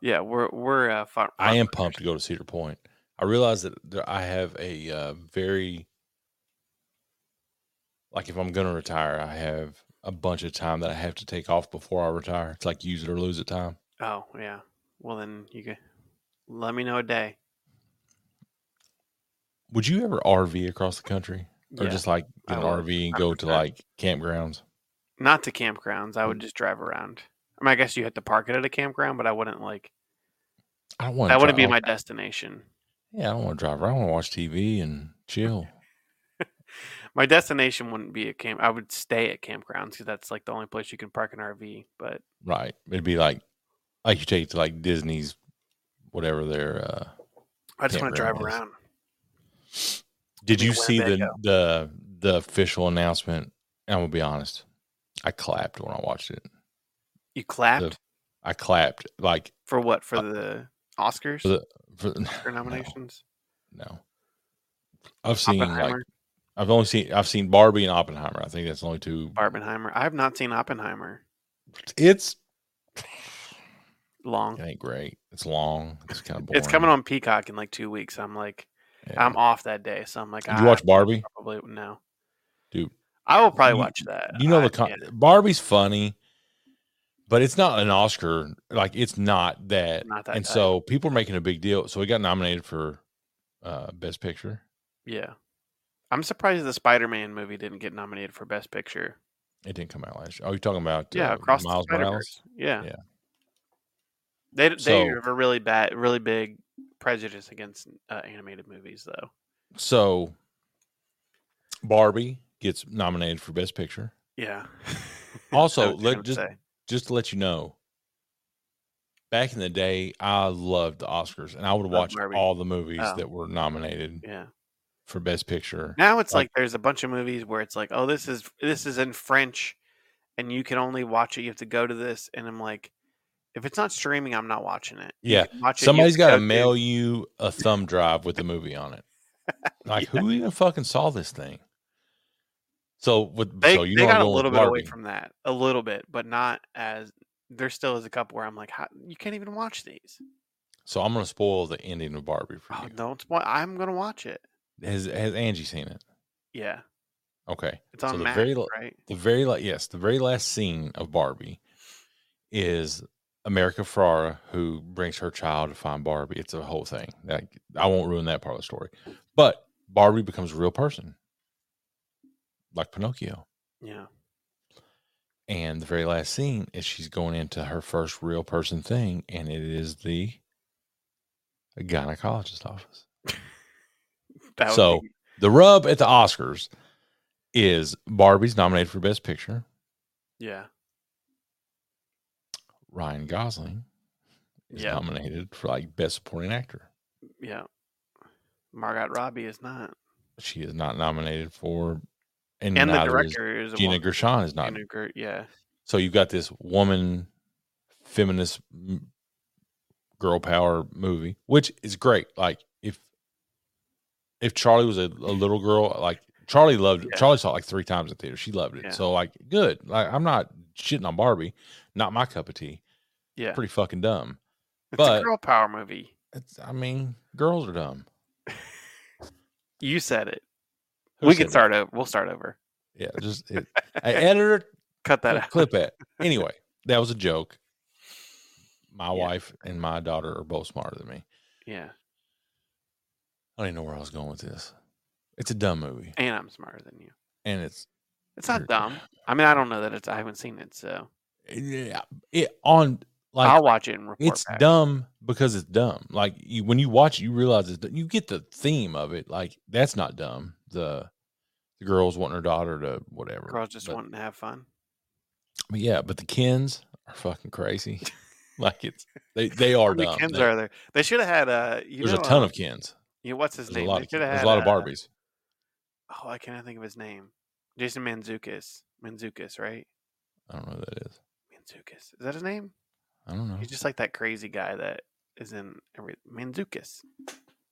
C: Yeah, we're we're. Uh, front,
B: I am
C: front
B: pumped to go to Cedar Point. I realize that there, I have a uh, very like if I'm going to retire, I have a bunch of time that I have to take off before I retire. It's like use it or lose it time.
C: Oh yeah. Well then you can let me know a day.
B: Would you ever RV across the country or
C: Yeah.
B: just like
C: I
B: get an
C: would,
B: RV and go to
C: 100%.
B: like campgrounds?
C: Not to campgrounds.
B: Mm.
C: I would just drive around. I mean, I guess you had to park it at a campground, but I wouldn't like
B: I don't want
C: that wouldn't be my destination.
B: yeah. I don't want to drive around. I want to watch TV and chill.
C: My destination wouldn't be a camp. I would stay at campgrounds because that's like the only place you can park an RV. But
B: right? It'd be like like you take it to like Disney's whatever their uh
C: I just want to drive
B: Campground
C: around.
B: is- Did
C: mean,
B: you see the
C: Winnebago.
B: the the official announcement? I'm gonna be honest. I clapped when I watched it.
C: You clapped
B: I clapped like
C: for what? For
B: uh,
C: the Oscars
B: for the- for,
C: for nominations?
B: no. I've seen like
C: Oppenheimer,
B: I've only seen I've seen Barbie and Oppenheimer. I think that's the only two.
C: Barbenheimer. I have not seen Oppenheimer
B: It's
C: long.
B: it ain't great. It's long. It's kind of boring.
C: Mm. It's coming on Peacock in like two weeks. I'm like,
B: Yeah.
C: I'm off that day, so I'm like,
B: Did
C: "Ah,
B: you watch Barbie?
C: Probably no,
B: Dude.
C: I will probably
B: You-
C: watch that.
B: You know
C: I-
B: the con-
C: yeah,
B: Barbie's funny, but it's not an Oscar. Like it's not that.
C: not that
B: and
C: type.
B: so people are making a big deal. So it got nominated for uh, best picture.
C: yeah, I'm surprised the Spider-Man movie didn't get nominated for Best Picture.
B: It didn't come out last year. Oh, you're talking about
C: Yeah,
B: uh,
C: across
B: Miles
C: the
B: Morales?
C: Spider-Verse. Yeah.
B: Yeah.
C: They they
B: So-
C: have a really bad, really big prejudice against uh, animated movies, though.
B: So Barbie gets nominated for Best Picture.
C: Yeah.
B: Also,
C: I was
B: let-
C: gonna
B: just-
C: say.
B: Just to let you know, back in the day, I loved the Oscars and I would watch
C: Barbie.
B: all the movies
C: Oh.
B: that were nominated
C: yeah.
B: for Best Picture.
C: Now it's
B: Like-
C: like there's a bunch of movies where it's like, oh, this is this is in French, and you can only watch it. You have to go to this, and I'm like, if it's not streaming, I'm not watching it. You
B: Yeah.
C: can watch it, you
B: Somebody's
C: can
B: got to
C: go to-
B: mail you a thumb drive with the movie on it. Like, who even fucking saw this thing? So, with,
C: They,
B: so you
C: they
B: know I'm
C: got a
B: going with
C: little bit away
B: Barbie.
C: from that, a little bit, but not as. There still is a couple where I'm like, How, you can't even watch these.
B: So I'm gonna spoil the ending of Barbie for
C: Oh,
B: you.
C: don't spoil. I'm gonna watch it.
B: Has Has Angie seen it?
C: Yeah,
B: Okay.
C: it's on
B: the
C: Max,
B: very la-
C: right?
B: The very la- yes, the very last scene of Barbie is America Ferrara who brings her child to find Barbie. It's a whole thing. Like I won't ruin that part of the story, but Barbie becomes a real person, like Pinocchio.
C: Yeah,
B: And the very last scene is she's going into her first real person thing, and it is the gynecologist office.
C: that would
B: So-
C: be-
B: The rub at the Oscars is Barbie's nominated for Best Picture.
C: yeah,
B: Ryan Gosling is
C: Yeah.
B: nominated for like Best Supporting Actor.
C: yeah. Margot Robbie is not,
B: She is not nominated for, and,
C: and the
B: neither is
C: director is, a
B: Gina
C: woman.
B: Gershon is not.
C: Gina Ger- yeah,
B: So you've got this woman, feminist, m- girl power movie, which is great. Like if if Charlie was a, a little girl, like Charlie loved
C: Yeah.
B: Charlie saw it like three times in theater. She loved it.
C: Yeah.
B: So like good. Like I'm not shitting on Barbie. Not my cup of tea.
C: yeah.
B: Pretty fucking dumb.
C: It's
B: but-
C: a girl power movie.
B: It's, I mean, girls are dumb.
C: You said it.
B: Who
C: we
B: said
C: can start over. We'll start over.
B: that? Yeah, just it, hey, editor
C: Cut that
B: Clip-
C: out.
B: clip it. Anyway, that was a joke. My
C: Yeah.
B: wife and my daughter are both smarter than me.
C: Yeah,
B: I don't even know where I was going with this. It's a dumb movie,
C: and I'm smarter than you.
B: and it's
C: It's not
B: Sure.
C: dumb. I mean, I don't know that it's. I haven't seen it, so
B: yeah, it on like
C: I'll watch it and report
B: it's
C: back.
B: dumb because it's dumb. Like you, when you watch it, you realize it's dumb. you get the theme of it. Like that's not dumb. The the girls wanting her daughter to whatever.
C: Girls just
B: but,
C: wanting to have fun.
B: but yeah, but the Kins are fucking crazy. like it's they they are
C: How many
B: dumb.
C: Kens
B: They-
C: are there? They should have had uh, you
B: there's
C: know,
B: a ton
C: uh,
B: of Kins.
C: You know, what's his
B: There's a
C: name?
B: lot
C: They
B: of
C: should
B: Kens.
C: have
B: There's
C: had
B: a lot
C: uh,
B: of Barbies.
C: Oh, I can't think of his name. Jason Manzukis. Manzukis, right?
B: I don't know who that is.
C: Manzukis. Is that his name?
B: I don't know.
C: He's just like that crazy guy that is in every Manzukis.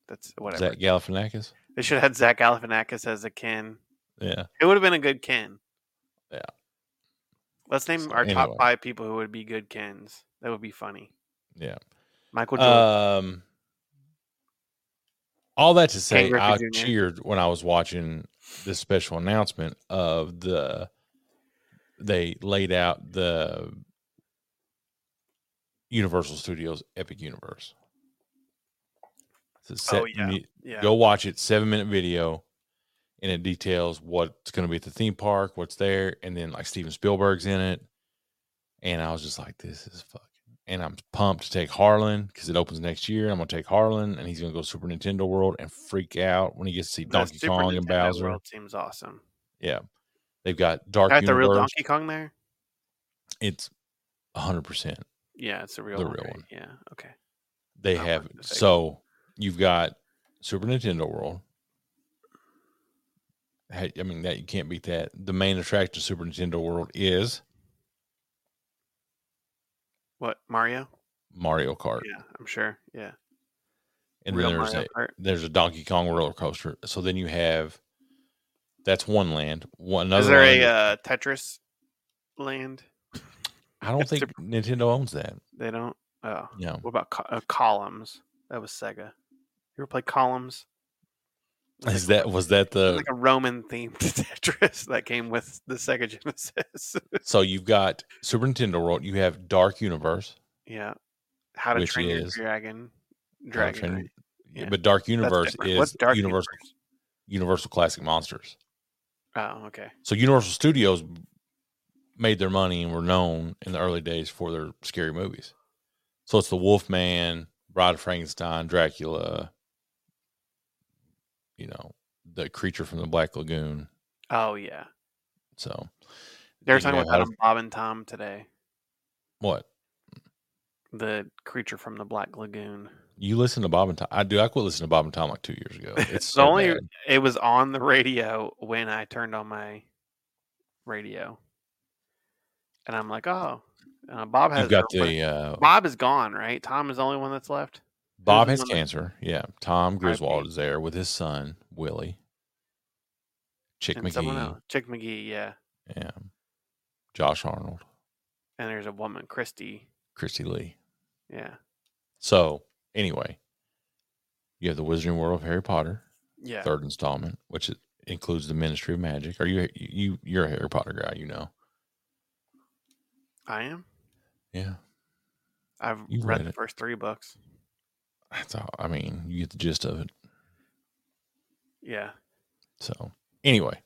C: That's whatever.
B: Zach Galifianakis.
C: They should have had Zach Galifianakis as a Ken.
B: Yeah,
C: It would have been a good Ken.
B: Yeah.
C: Let's name
B: So,
C: our top
B: anyway.
C: five people who would be good Kens. That would be funny.
B: yeah.
C: Michael Jordan.
B: Um, all that to say,
C: Griffey
B: I
C: Jr..
B: cheered when I was watching this special announcement of the. They laid out the Universal Studios Epic Universe. It's a set-
C: oh yeah.
B: you-
C: yeah.
B: Go watch it. Seven minute video, and it details what's going to be at the theme park, what's there, and then like Steven Spielberg's in it. And I was just like, this is fucking. And I'm pumped to take Harlan because it opens next year. I'm gonna take Harlan, and he's gonna go to Super Nintendo World and freak out when he gets to see
C: The
B: Donkey
C: Super
B: Kong and
C: Nintendo
B: Bowser.
C: World seems awesome.
B: Yeah, they've got Dark
C: Got the
B: Universe.
C: real Donkey Kong there?
B: It's 100. percent
C: Yeah, it's a real
B: The
C: one.
B: real
C: right?
B: one.
C: Yeah. Okay.
B: They
C: I
B: have
C: wanted to say-
B: so you've got Super Nintendo World. Hey, I mean that you can't beat that. The main attraction of Super Nintendo World is
C: What Mario?
B: Mario Kart,
C: Yeah, I'm sure. Yeah.
B: and
C: Real
B: then there's
C: Mario
B: a
C: Kart.
B: there's a Donkey Kong roller coaster. So then you have that's one land. One another.
C: Is there
B: land,
C: a uh, Tetris land?
B: I don't think
C: Super-
B: Nintendo owns that.
C: They don't. Oh,
B: No,
C: what about co- uh, Columns? That was Sega. You ever play Columns? It's like-
B: is that was that
C: it's
B: the
C: like a Roman themed Tetris that came with the Sega Genesis?
B: so you've got Super Nintendo World. You have Dark Universe,
C: yeah. How to
B: Which
C: Train Your
B: is-
C: Dragon?
B: How to
C: Dragon.
B: Train-
C: right? Yeah.
B: but Dark
C: That's
B: Universe
C: different.
B: is
C: What's Dark
B: Universal
C: Universe?
B: Universal Classic Monsters.
C: Oh, okay.
B: So Universal Studios made their money and were known in the early days for their scary movies. So it's the Wolfman, Bride of Frankenstein, Dracula, you know, the creature from the Black Lagoon.
C: Oh yeah.
B: So
C: They were
B: Did you
C: talking
B: know
C: about that
B: how-
C: on Bob and Tom today.
B: what?
C: The creature from the Black Lagoon.
B: You listen to Bob and Tom. I do. I quit listening to Bob and Tom like two years ago. It's
C: The
B: so
C: only-
B: bad.
C: It was on the radio when I turned on my radio, and I'm like, oh, uh, Bob has
B: You've got
C: or-
B: the uh,
C: Bob is gone, right? Tom is the only one that's left.
B: Bob
C: Who's
B: has
C: the one that-
B: cancer. Yeah. Tom Griswold
C: RIP.
B: is there with his son, Willie. Chick
C: and someone
B: McGee.
C: else. Chick McGee, yeah.
B: Yeah. Josh Arnold.
C: And there's a woman, Christy.
B: Christy Lee.
C: Yeah.
B: So anyway, you have the Wizarding World of Harry Potter,
C: Yeah.
B: third installment, which i- includes the Ministry of Magic. Are you you you're a Harry Potter guy, you know.
C: I am.
B: Yeah.
C: I've
B: You
C: read,
B: read
C: the
B: it.
C: first three books.
B: That's all I mean, you get the gist of it.
C: Yeah.
B: So anyway,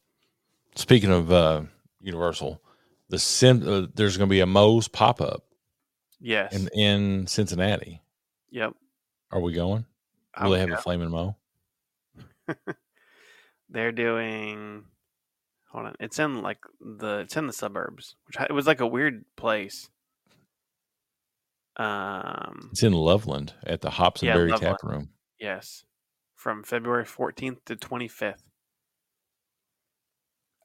B: speaking of uh Universal, the Sim uh, there's gonna be a Moe's pop up
C: Yes.
B: in, in Cincinnati.
C: yep. Oh
B: Are we going? Will
C: I'm
B: they have
C: go-
B: a flaming mo?
C: They're doing. Hold on. It's in like the. It's in the suburbs, which I- it was like a weird place. Um.
B: It's in Loveland at the Hops and
C: Yeah,
B: Berry
C: Loveland.
B: Tap Room.
C: Yes. From February 14th to 25th.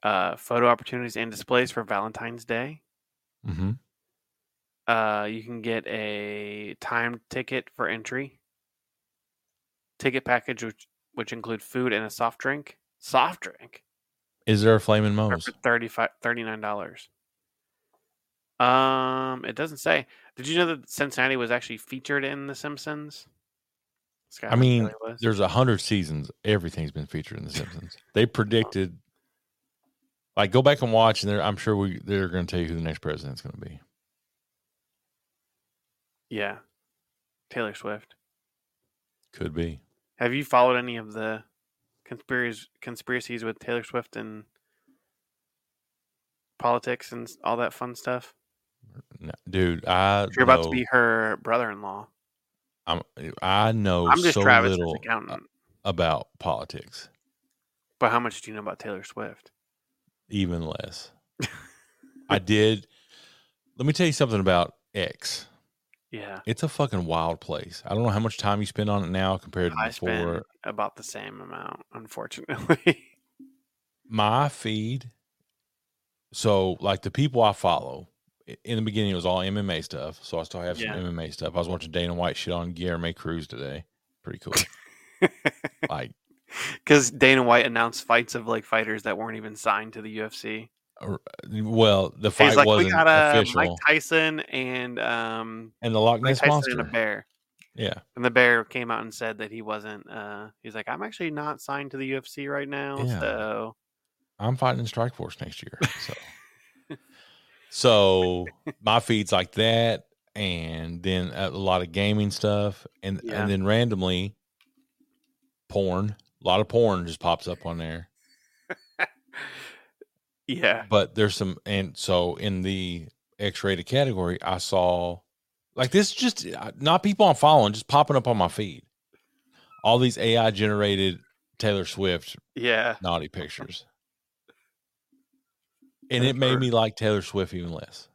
C: Uh, photo opportunities and displays for Valentine's Day.
B: Mm-hmm.
C: Uh, you can get a timed ticket for entry. Ticket package which which include food and a soft drink. Soft drink
B: Is there a flaming
C: Or
B: moe's?
C: for 35 $39. Um, it doesn't say. Did you know that Cincinnati was actually featured in The Simpsons? Scott
B: I mean,
C: McNally was.
B: There's a hundred seasons. Everything's been featured in The Simpsons. they predicted. Like, go back and watch, and they're, I'm sure we they're going to tell you who the next president's going to be.
C: yeah. Taylor Swift.
B: Could be.
C: Have you followed any of the conspiracies conspiracies with Taylor Swift and politics and s- all that fun stuff?
B: No, dude, I
C: You're about to
B: know-
C: be her brother-in-law.
B: I'm, I know
C: I'm just
B: so
C: Travis's
B: little uh
C: accountant.
B: about politics,
C: But how much do you know about Taylor Swift?
B: even less. I did. Let me tell you something about X.
C: Yeah,
B: It's a fucking wild place. I don't know how much time you spend on it now compared to
C: I
B: before.
C: spend about the same amount, unfortunately.
B: my feed so like the people i follow i- in the beginning it was all mma stuff so i still have some
C: Yeah.
B: mma stuff i was watching dana white shit on guillermo cruz today pretty cool like
C: Because Dana White announced fights of like fighters that weren't even signed to the UFC.
B: well the
C: He's
B: fight
C: like, we
B: wasn't
C: got a
B: official
C: Mike Tyson and um,
B: and the loch
C: Mike
B: ness
C: Tyson
B: monster
C: and a bear.
B: yeah
C: And the bear came out and said that he wasn't. Uh, he's like, I'm actually not signed to the UFC right now.
B: Yeah.
C: So
B: i'm fighting in strike force next year so so my feed's like that and then a lot of gaming stuff and
C: Yeah.
B: and then randomly porn a lot of porn just pops up on there
C: yeah,
B: but there's some and so in the x-rated category i saw like this just uh, not people i'm following just popping up on my feed all these ai generated taylor swift
C: yeah,
B: naughty pictures and
C: That's
B: it made
C: hard.
B: me like taylor swift even less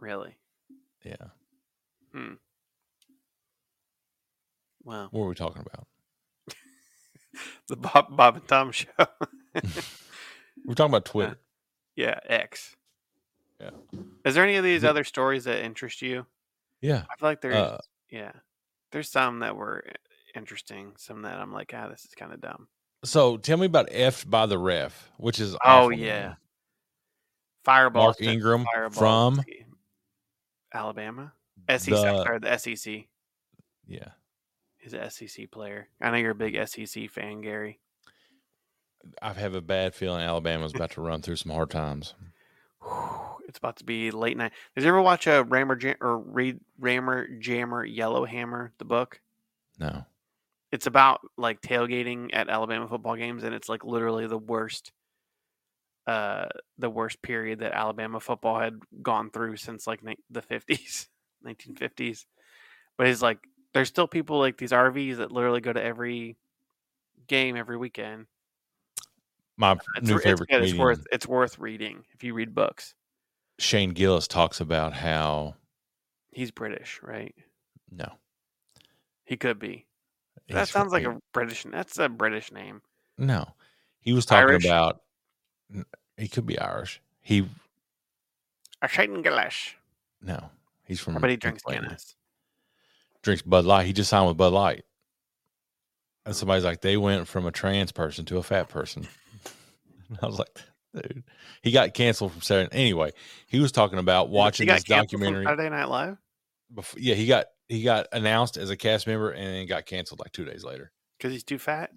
C: really.
B: yeah
C: Well,
B: what were we talking about
C: the Bob, Bob and Tom show.
B: we're talking about twitter
C: yeah, X.
B: Yeah.
C: Is there any of these
B: The-
C: other stories that interest you?
B: yeah
C: I feel like there's,
B: Uh,
C: yeah, there's some that were i- interesting, some that I'm like, ah, this is kind of dumb.
B: so tell me about f by the ref which is
C: Oh
B: awful, man.
C: yeah, Fireball.
B: mark
C: to
B: ingram
C: Fireball
B: from
C: to Alabama, SEC
B: the-
C: or the SEC.
B: yeah
C: He's an SEC player. I know you're a big SEC fan, Gary.
B: i have a bad feeling alabama's about to run through some hard times
C: Whew, it's about to be late night. Did you ever watch uh, a Rammer Jam- or read Rammer Jammer Yellowhammer the book?
B: no
C: it's about like tailgating at Alabama football games, and it's like literally the worst, uh, the worst period that Alabama football had gone through since like ni- the fifties, nineteen fifties. But it's like there's still people like these RVs that literally go to every game every weekend.
B: My
C: It's,
B: new
C: wor- it's
B: favorite
C: good, it's
B: comedian,
C: worth it's worth reading if you read books.
B: Shane Gillis, talks about how
C: He's British, right?
B: no,
C: He could be.
B: he's
C: That sounds like
B: fucking-
C: a British. That's a British name.
B: No, he was talking
C: Irish?
B: about. n- He could be Irish. He
C: A Shaitan Galash.
B: no, he's from.
C: Everybody drinks
B: Pennsylvania.
C: Guinness.
B: Drinks Bud Light. He just signed with Bud Light. And somebody's like, they went from a trans person to a fat person. And I was like, dude, he got canceled from Saturday. Anyway, he was talking about
C: You-
B: watching
C: you got
B: this
C: canceled from
B: documentary.
C: Saturday Night Live.
B: Before, yeah, he got he got announced as a cast member and then got canceled like two days later.
C: Because he's too fat.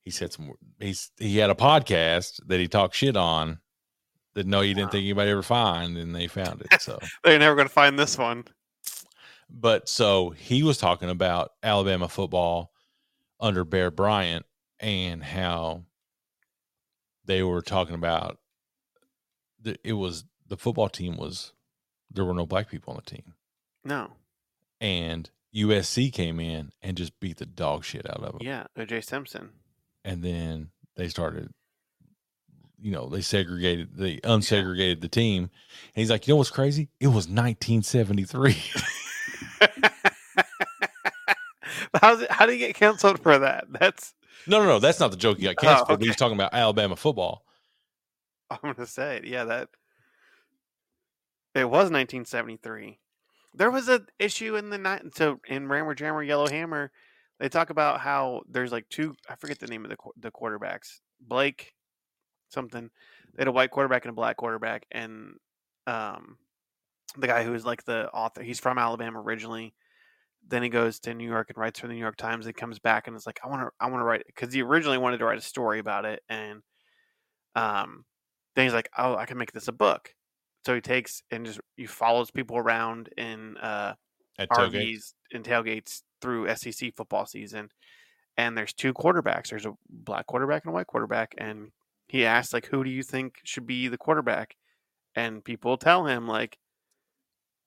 B: He said some. He's he had a podcast that he talked shit on that no, he didn't
C: Wow.
B: think anybody ever find, and they found it. So.
C: They're never going to find this one.
B: But so he was talking about Alabama football under Bear Bryant and how they were talking about the, it was the football team was there were no black people on the team
C: No.
B: and USC came in and just beat the dog shit out of them
C: Yeah. OJ Simpson.
B: and then they started you know they segregated they unsegregated the team and he's like you know what's crazy it was 1973
C: How's it, how do you get canceled for that? That's
B: no no no that's not the joke he got
C: Oh,
B: canceled for, but
C: okay.
B: he's talking about Alabama football
C: I'm going to say it. Yeah, that it was 1973. There was an issue in the night. So in Rammer Jammer Yellow Hammer, they talk about how there's like two. I forget the name of the qu- the quarterbacks. Blake, something. They had a white quarterback and a black quarterback, and um, the guy who is like the author. He's from Alabama originally. Then he goes to New York and writes for the New York Times. And comes back and is like, I want to, I want to write because he originally wanted to write a story about it, and um, then he's like, oh, I can make this a book. So he takes and just he follows people around in uh
B: at tailgate.
C: RVs and tailgates through SEC football season. And there's two quarterbacks. There's a black quarterback and a white quarterback. And he asked, like, who do you think should be the quarterback? And people tell him, like,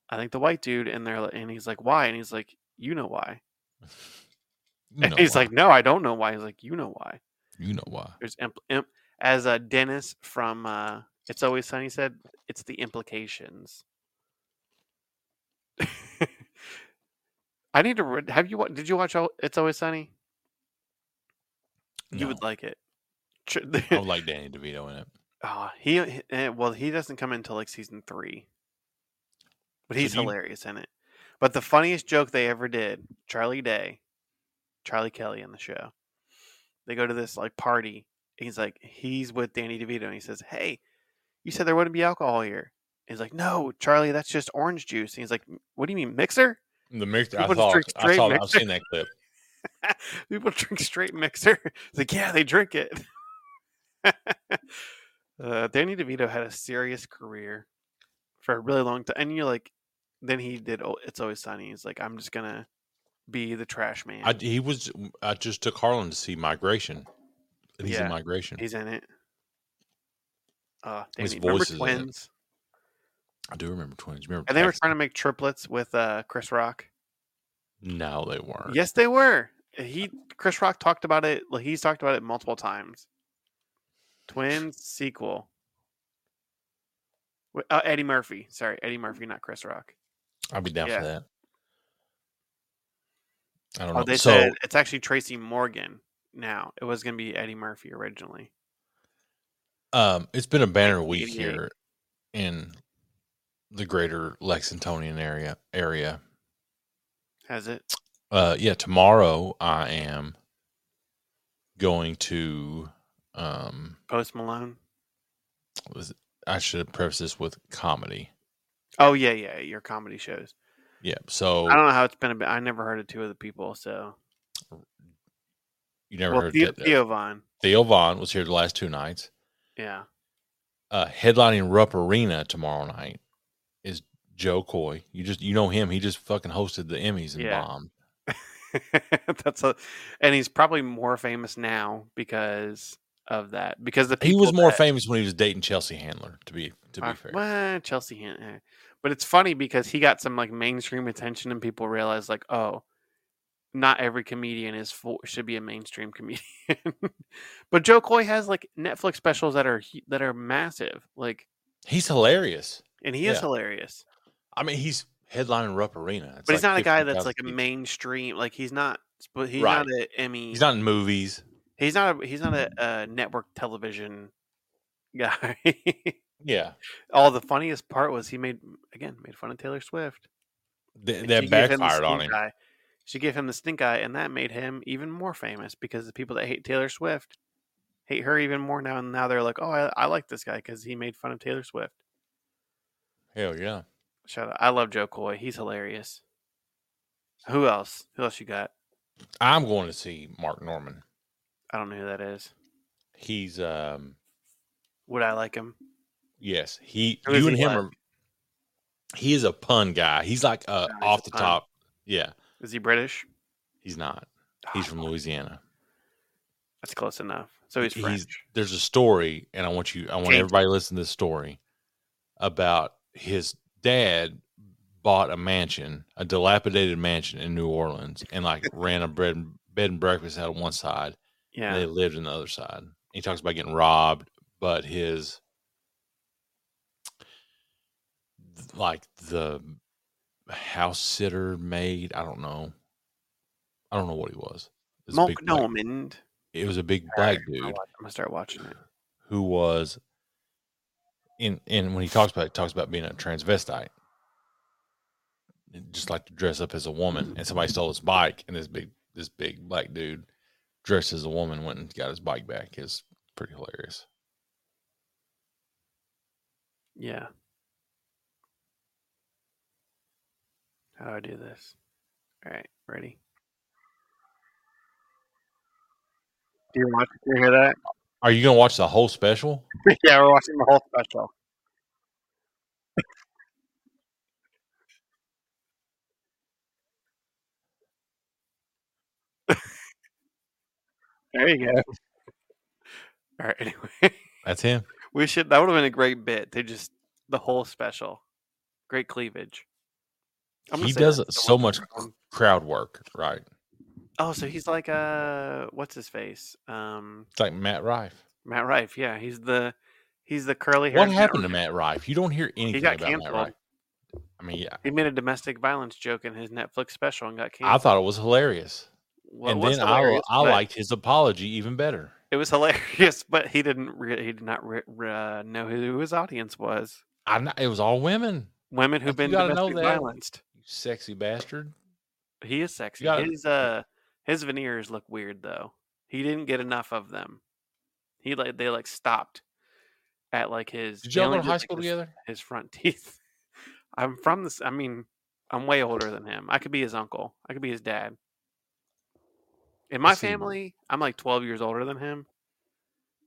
C: I think the white dude. And they're like, and he's like, why? And he's like, you know why?
B: You
C: and
B: know
C: he's
B: why.
C: like, no, I don't know why. He's like, you know why?
B: you know why?
C: There's imp- imp- as uh, Dennis from uh, It's Always Sunny said, it's the implications. I need to re- have you. wa- Did you watch Al- It's Always Sunny? You would
B: No,
C: like it. Tr-
B: I would like Danny DeVito in it.
C: Ah, he he- eh, well, he doesn't come until like season three, but
B: So
C: he's
B: do you-
C: hilarious in it. But the funniest joke they ever did, Charlie Day, Charlie Kelly in the show, they go to this like party. And he's like, he's with Danny DeVito, and he says, "Hey, you said there wouldn't be alcohol here." And he's like, "No, Charlie, that's just orange juice." And he's like, "M- "What do you mean, mixer?
B: The mixer, I
C: People just
B: thought,
C: drink
B: I
C: straight
B: saw, I've
C: mixer.
B: seen that clip.
C: People drink straight mixer." He's like, "Yeah, they drink it." uh, Danny DeVito had a serious career for a really long time, and you're like, then he did. Oh, it's always sunny. He's like, I'm just gonna be the trash man.
B: I, he was. I just took Harlan to see Migration, and he's
C: Yeah,
B: in Migration.
C: He's in it. Uh,
B: His
C: Danny, remember
B: voice is in it.
C: twins,
B: I do remember twins. Remember?
C: and they were
B: Paxton?
C: trying to make triplets with uh, Chris Rock.
B: No, they weren't.
C: Yes, they were. He Chris Rock talked about it. Like he's talked about it multiple times. Twins sequel. Wi- Uh, Eddie Murphy. Sorry, Eddie Murphy, not Chris Rock.
B: I'd be down
C: Yeah.
B: for that. I don't
C: Oh,
B: know.
C: they
B: so
C: said it's actually Tracy Morgan now. It was going to be Eddie Murphy originally.
B: um, it's been a banner week
C: 1988.
B: here in the greater Lexingtonian area. Area.
C: Has it?
B: Uh, yeah. Tomorrow I am going to um
C: Post Malone?
B: was I should preface this with comedy.
C: Oh, yeah, yeah. Your comedy shows.
B: Yeah. So
C: I don't know how it's been. A bit. I never heard of two of the people. So,
B: you never
C: well,
B: heard
C: Theo,
B: that. Theo,
C: Theo Von.
B: Vaughn was here the last two nights.
C: Yeah.
B: Uh, headlining Rupp Arena tomorrow night is Joe Coy. You just you know him. He just fucking hosted the Emmys and
C: Yeah.
B: bombed.
C: That's a, and he's probably more famous now because of that. Because the
B: He was
C: people
B: more
C: that-
B: famous when he was dating Chelsea Handler. To be to be
C: Uh,
B: fair,
C: well, Chelsea Han- eh. But it's funny because he got some like mainstream attention, and people realize like, oh, not every comedian is for, should be a mainstream comedian. but Joe Coy has like Netflix specials that are hu- that are massive, like,
B: he's hilarious.
C: and he is
B: Yeah.
C: hilarious.
B: I mean, he's headlining Rupp Arena. It's
C: But he's
B: like
C: not a guy that's
B: 15,000
C: like a
B: people.
C: mainstream. Like he's not. But he's
B: Right.
C: not an Emmy.
B: He's not in movies.
C: He's not. A, he's not
B: Mm.
C: a, a network television guy.
B: Yeah,
C: All the funniest part was he made again made fun of Taylor Swift.
B: Th-
C: And
B: that
C: she gave him the
B: backfired on
C: stink
B: him.
C: Eye. She gave him the stink eye, and that made him even more famous because the people that hate Taylor Swift hate her even more now. And now they're like, "Oh, I, I like this guy because he made fun of Taylor Swift."
B: Hell yeah.
C: Shout out! I love Joe Coy. He's hilarious. Who else? Who else you got?
B: I'm going to see Mark Norman.
C: I don't know who that is.
B: He's um
C: Would I like him?
B: yes he
C: Who is
B: you
C: he
B: and him
C: like?
B: are. He is a pun guy. He's like uh,
C: he's
B: off
C: a
B: the
C: pun.
B: top. Yeah,
C: Is he British? Ah,
B: he's not. He's from Louisiana.
C: That's close enough. So he's
B: He's-
C: French.
B: there's a story, and I want you, I want
C: Okay.
B: everybody to listen to this story about his dad bought a mansion, a dilapidated mansion in New Orleans, and like ran a bread and- bed and breakfast out on one side, and
C: yeah.
B: they lived on the other side. He talks about getting robbed, but his like the house sitter maid, I don't know, I don't know what he was. It was a
C: Monk
B: big black-
C: Normand.
B: it was a big
C: All right,
B: black
C: I'll
B: dude
C: watch- I'm gonna start watching it.
B: who was in and when he talks about it, he talks about being a transvestite. And Just like to dress up as a woman. And somebody stole his bike and this big this big black dude dressed as a woman went and got his bike back. It's pretty hilarious.
C: Yeah. How do I do this? All right, ready? Do you watch? Do you hear that?
B: Are you gonna watch the whole special?
C: yeah, we're watching the whole special. there you go. All right. Anyway,
B: That's him.
C: we should. That would have been a great bit. They just the whole special, great cleavage. gonna
B: He
C: say that
B: does
C: to the
B: so
C: one
B: much
C: that won.
B: crowd work, right?
C: Oh, so he's like uh, what's his face? Um,
B: It's like Matt Rife.
C: Matt Rife. Yeah, he's the he's the curly hair.
B: What happened to Matt Rife? You don't hear anything
C: He got
B: about
C: canceled.
B: Matt Rife. I mean, yeah,
C: He made a domestic violence joke in his Netflix special and got
B: I
C: canceled.
B: thought it was hilarious.
C: Well, it
B: and
C: was
B: then I,
C: hilarious,
B: I
C: but
B: liked his apology even better.
C: it was hilarious, but he didn't re- he did not re- re- uh, know who his audience was.
B: I kn- it was all women.
C: Women
B: Like,
C: who've
B: you
C: been
B: gotta know
C: domestic
B: that.
C: violenced.
B: You sexy bastard.
C: He is sexy.
B: gotta-
C: His uh his veneers look weird though. He didn't get enough of them. He like they like stopped at like his.
B: Did
C: they
B: y'all
C: only
B: go to
C: did,
B: high
C: like,
B: school
C: the
B: together?
C: his front teeth. I'm from this. I mean, I'm way older than him. I could be his uncle. I could be his dad. In my
B: Let's see.
C: family, I'm like 12 years older than him.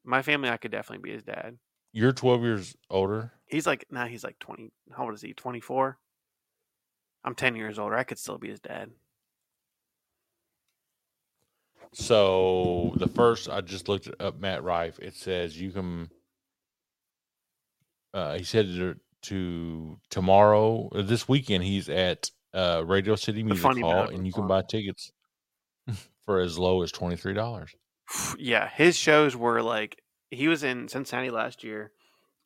C: My family, I could definitely be his dad.
B: You're 12 years older.
C: He's like now he's like 20. How old is he? 24. I'm 10 years older. I could still be his dad.
B: So the first I just looked up Matt Rife. It says you can. Uh, he said to, to tomorrow uh, this weekend he's at uh, Radio City Music
C: Funny
B: Hall
C: Bone
B: and you can buy
C: Performance.
B: tickets for as low as twenty three dollars.
C: yeah, his shows were like he was in Cincinnati last year,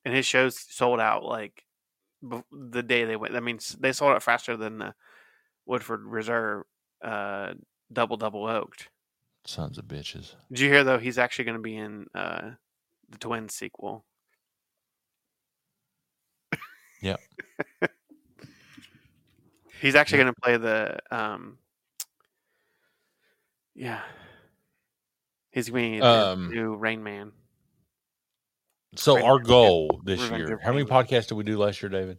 C: and his shows sold out like bef- the day they went. I mean, s- they sold out faster than the Woodford Reserve uh, double double oaked.
B: Sons of bitches.
C: Did you hear though? He's actually going to be in uh, the Twins sequel.
B: Yep.
C: he's actually going to play the um. Yeah. He's going to be in the
B: Um,
C: new Rain Man.
B: So
C: Right.
B: our goal this
C: Revenge
B: year.
C: of
B: How many
C: Angels.
B: podcasts did we do last year, David?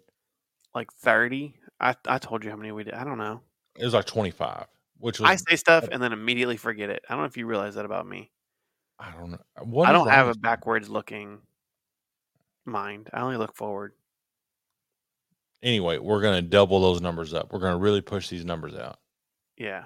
C: like 30. I, I told you how many we did. I don't know.
B: It was like twenty five, which was
C: I say stuff and then immediately forget it. I don't know if you realize that about me.
B: I don't know. What
C: I
B: is
C: don't have
B: wrong
C: a backwards looking mind. I only look forward.
B: anyway, we're going to double those numbers up. We're going to really push these numbers out.
C: Yeah.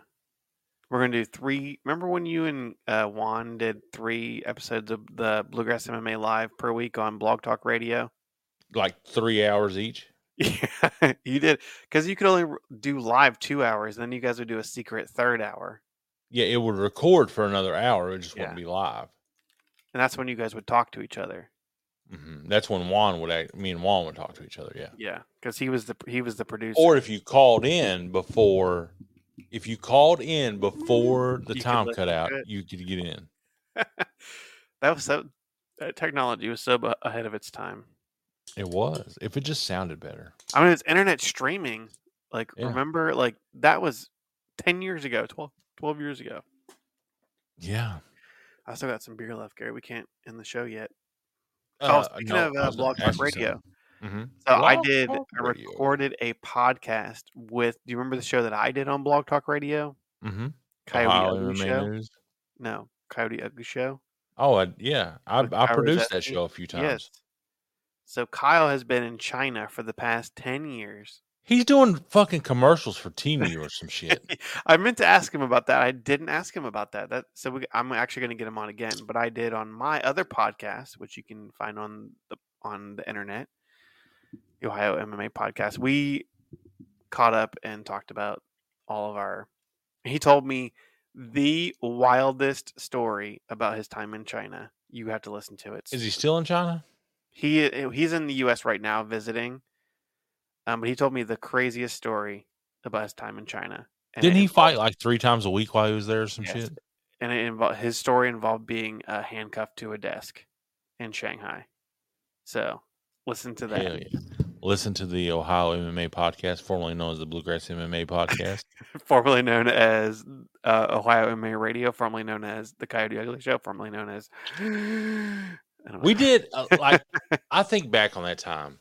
C: We're gonna do three. Remember when you and uh, Juan did three episodes of the Bluegrass MMA Live per week on Blog Talk Radio?
B: Like three hours each.
C: Yeah, you did because you could only r- do live two hours, and then you guys would do a secret third hour,
B: Yeah, it would record for another hour. It just
C: Yeah.
B: wouldn't be live.
C: and that's when you guys would talk to each other.
B: hmm That's when Juan would act. Me and Juan would talk to each other. Yeah.
C: Yeah, because he was the he was the producer.
B: Or if you called in before, if you called in before the
C: You could
B: time
C: listen
B: cut out,
C: to it.
B: you could get in.
C: that was so that technology was so bu- ahead of its time.
B: It was. If it just sounded better.
C: I mean, it's internet streaming. Like,
B: Yeah.
C: remember, like that was ten years ago, 12, 12 years ago.
B: Yeah.
C: I still got some beer left, Gary. We can't end the show yet.
B: Uh,
C: oh, speaking
B: no,
C: of
B: I
C: uh,
B: was gonna
C: Blog
B: ask
C: Talk
B: you something.
C: Radio,
B: Mhm.
C: so I
B: Blog
C: did.
B: Talk
C: I
B: Radio.
C: recorded a podcast with. Do you remember the show that I did on Blog Talk Radio?
B: Mhm.
C: Coyote
B: Ohio
C: Ugly
B: MMA
C: Show.
B: News.
C: No, Coyote Ugly Show.
B: Oh, I, yeah. I,
C: With
B: I
C: Kyra
B: produced that
C: Zesty.
B: show a few times.
C: Yes. So Kyle has been in China for the past ten years.
B: He's doing fucking commercials for TV or some shit.
C: I meant to ask him about that. I didn't ask him about that. That so we, I'm actually going to get him on again, but I did on my other podcast, which you can find on the on the internet, the Ohio MMA podcast. We caught up and talked about all of our. He told me the wildest story about his time in China. You have to listen to it.
B: Is he still in China?
C: He eh, he's in the U.S. right now visiting, um, but he told me the craziest story about his time in China. and it
B: Didn't he
C: involved-
B: fight like three times a week while he was there or some
C: Yes.
B: shit?
C: and it involved his story involved being uh, handcuffed to a desk in Shanghai. So listen to that.
B: Hell yeah. Listen to the Ohio MMA podcast, formerly known as the Bluegrass MMA podcast.
C: Formerly known as uh, Ohio MMA Radio, formerly known as the Coyote Ugly Show, formerly known as. I don't
B: we
C: know.
B: did, uh, like, I think back on that time,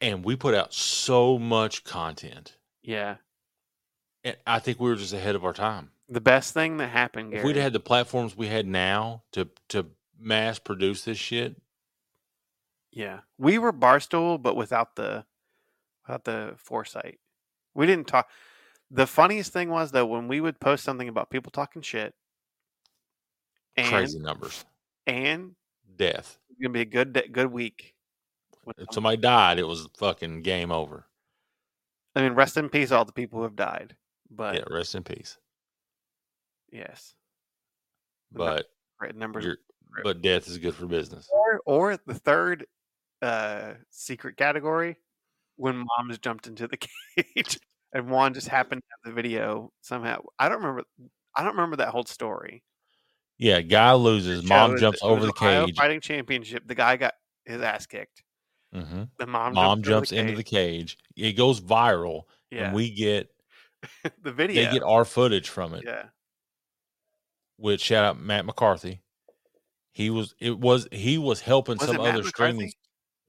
B: and we put out so much content.
C: Yeah.
B: And I think we were just ahead of our time.
C: The best thing that happened,
B: If
C: Gary.
B: we'd had the platforms we had now to to mass produce this shit,
C: Yeah, we were Barstool, but without the without the foresight. We didn't talk. The funniest thing was though when we would post something about people talking shit, and
B: crazy numbers,
C: and
B: death.
C: it's gonna be a good da- good week. with
B: If
C: some-
B: somebody died, it was fucking game over.
C: I mean, rest in peace, all the people who have died. But
B: yeah, rest in peace.
C: yes, The num-
B: But
C: right, numbers.
B: you're, but death is good for business.
C: Or, or the third uh, secret category when moms jumped into the cage and Juan just happened to have the video somehow. I don't remember. I don't remember that whole story.
B: Yeah, guy loses,
C: It
B: mom
C: was-
B: jumps
C: it
B: over
C: was
B: the
C: Ohio
B: cage.
C: Fighting championship. The guy got his ass kicked.
B: hmm
C: The mom.
B: Mom jumps into the
C: cage.
B: cage. It goes viral,
C: Yeah,
B: and we get
C: the
B: they
C: video.
B: get our footage from it.
C: yeah,
B: Which shout out Matt McCarthy. He was it was he was helping
C: Was
B: some
C: it Matt
B: other streaming.
C: McCarthy?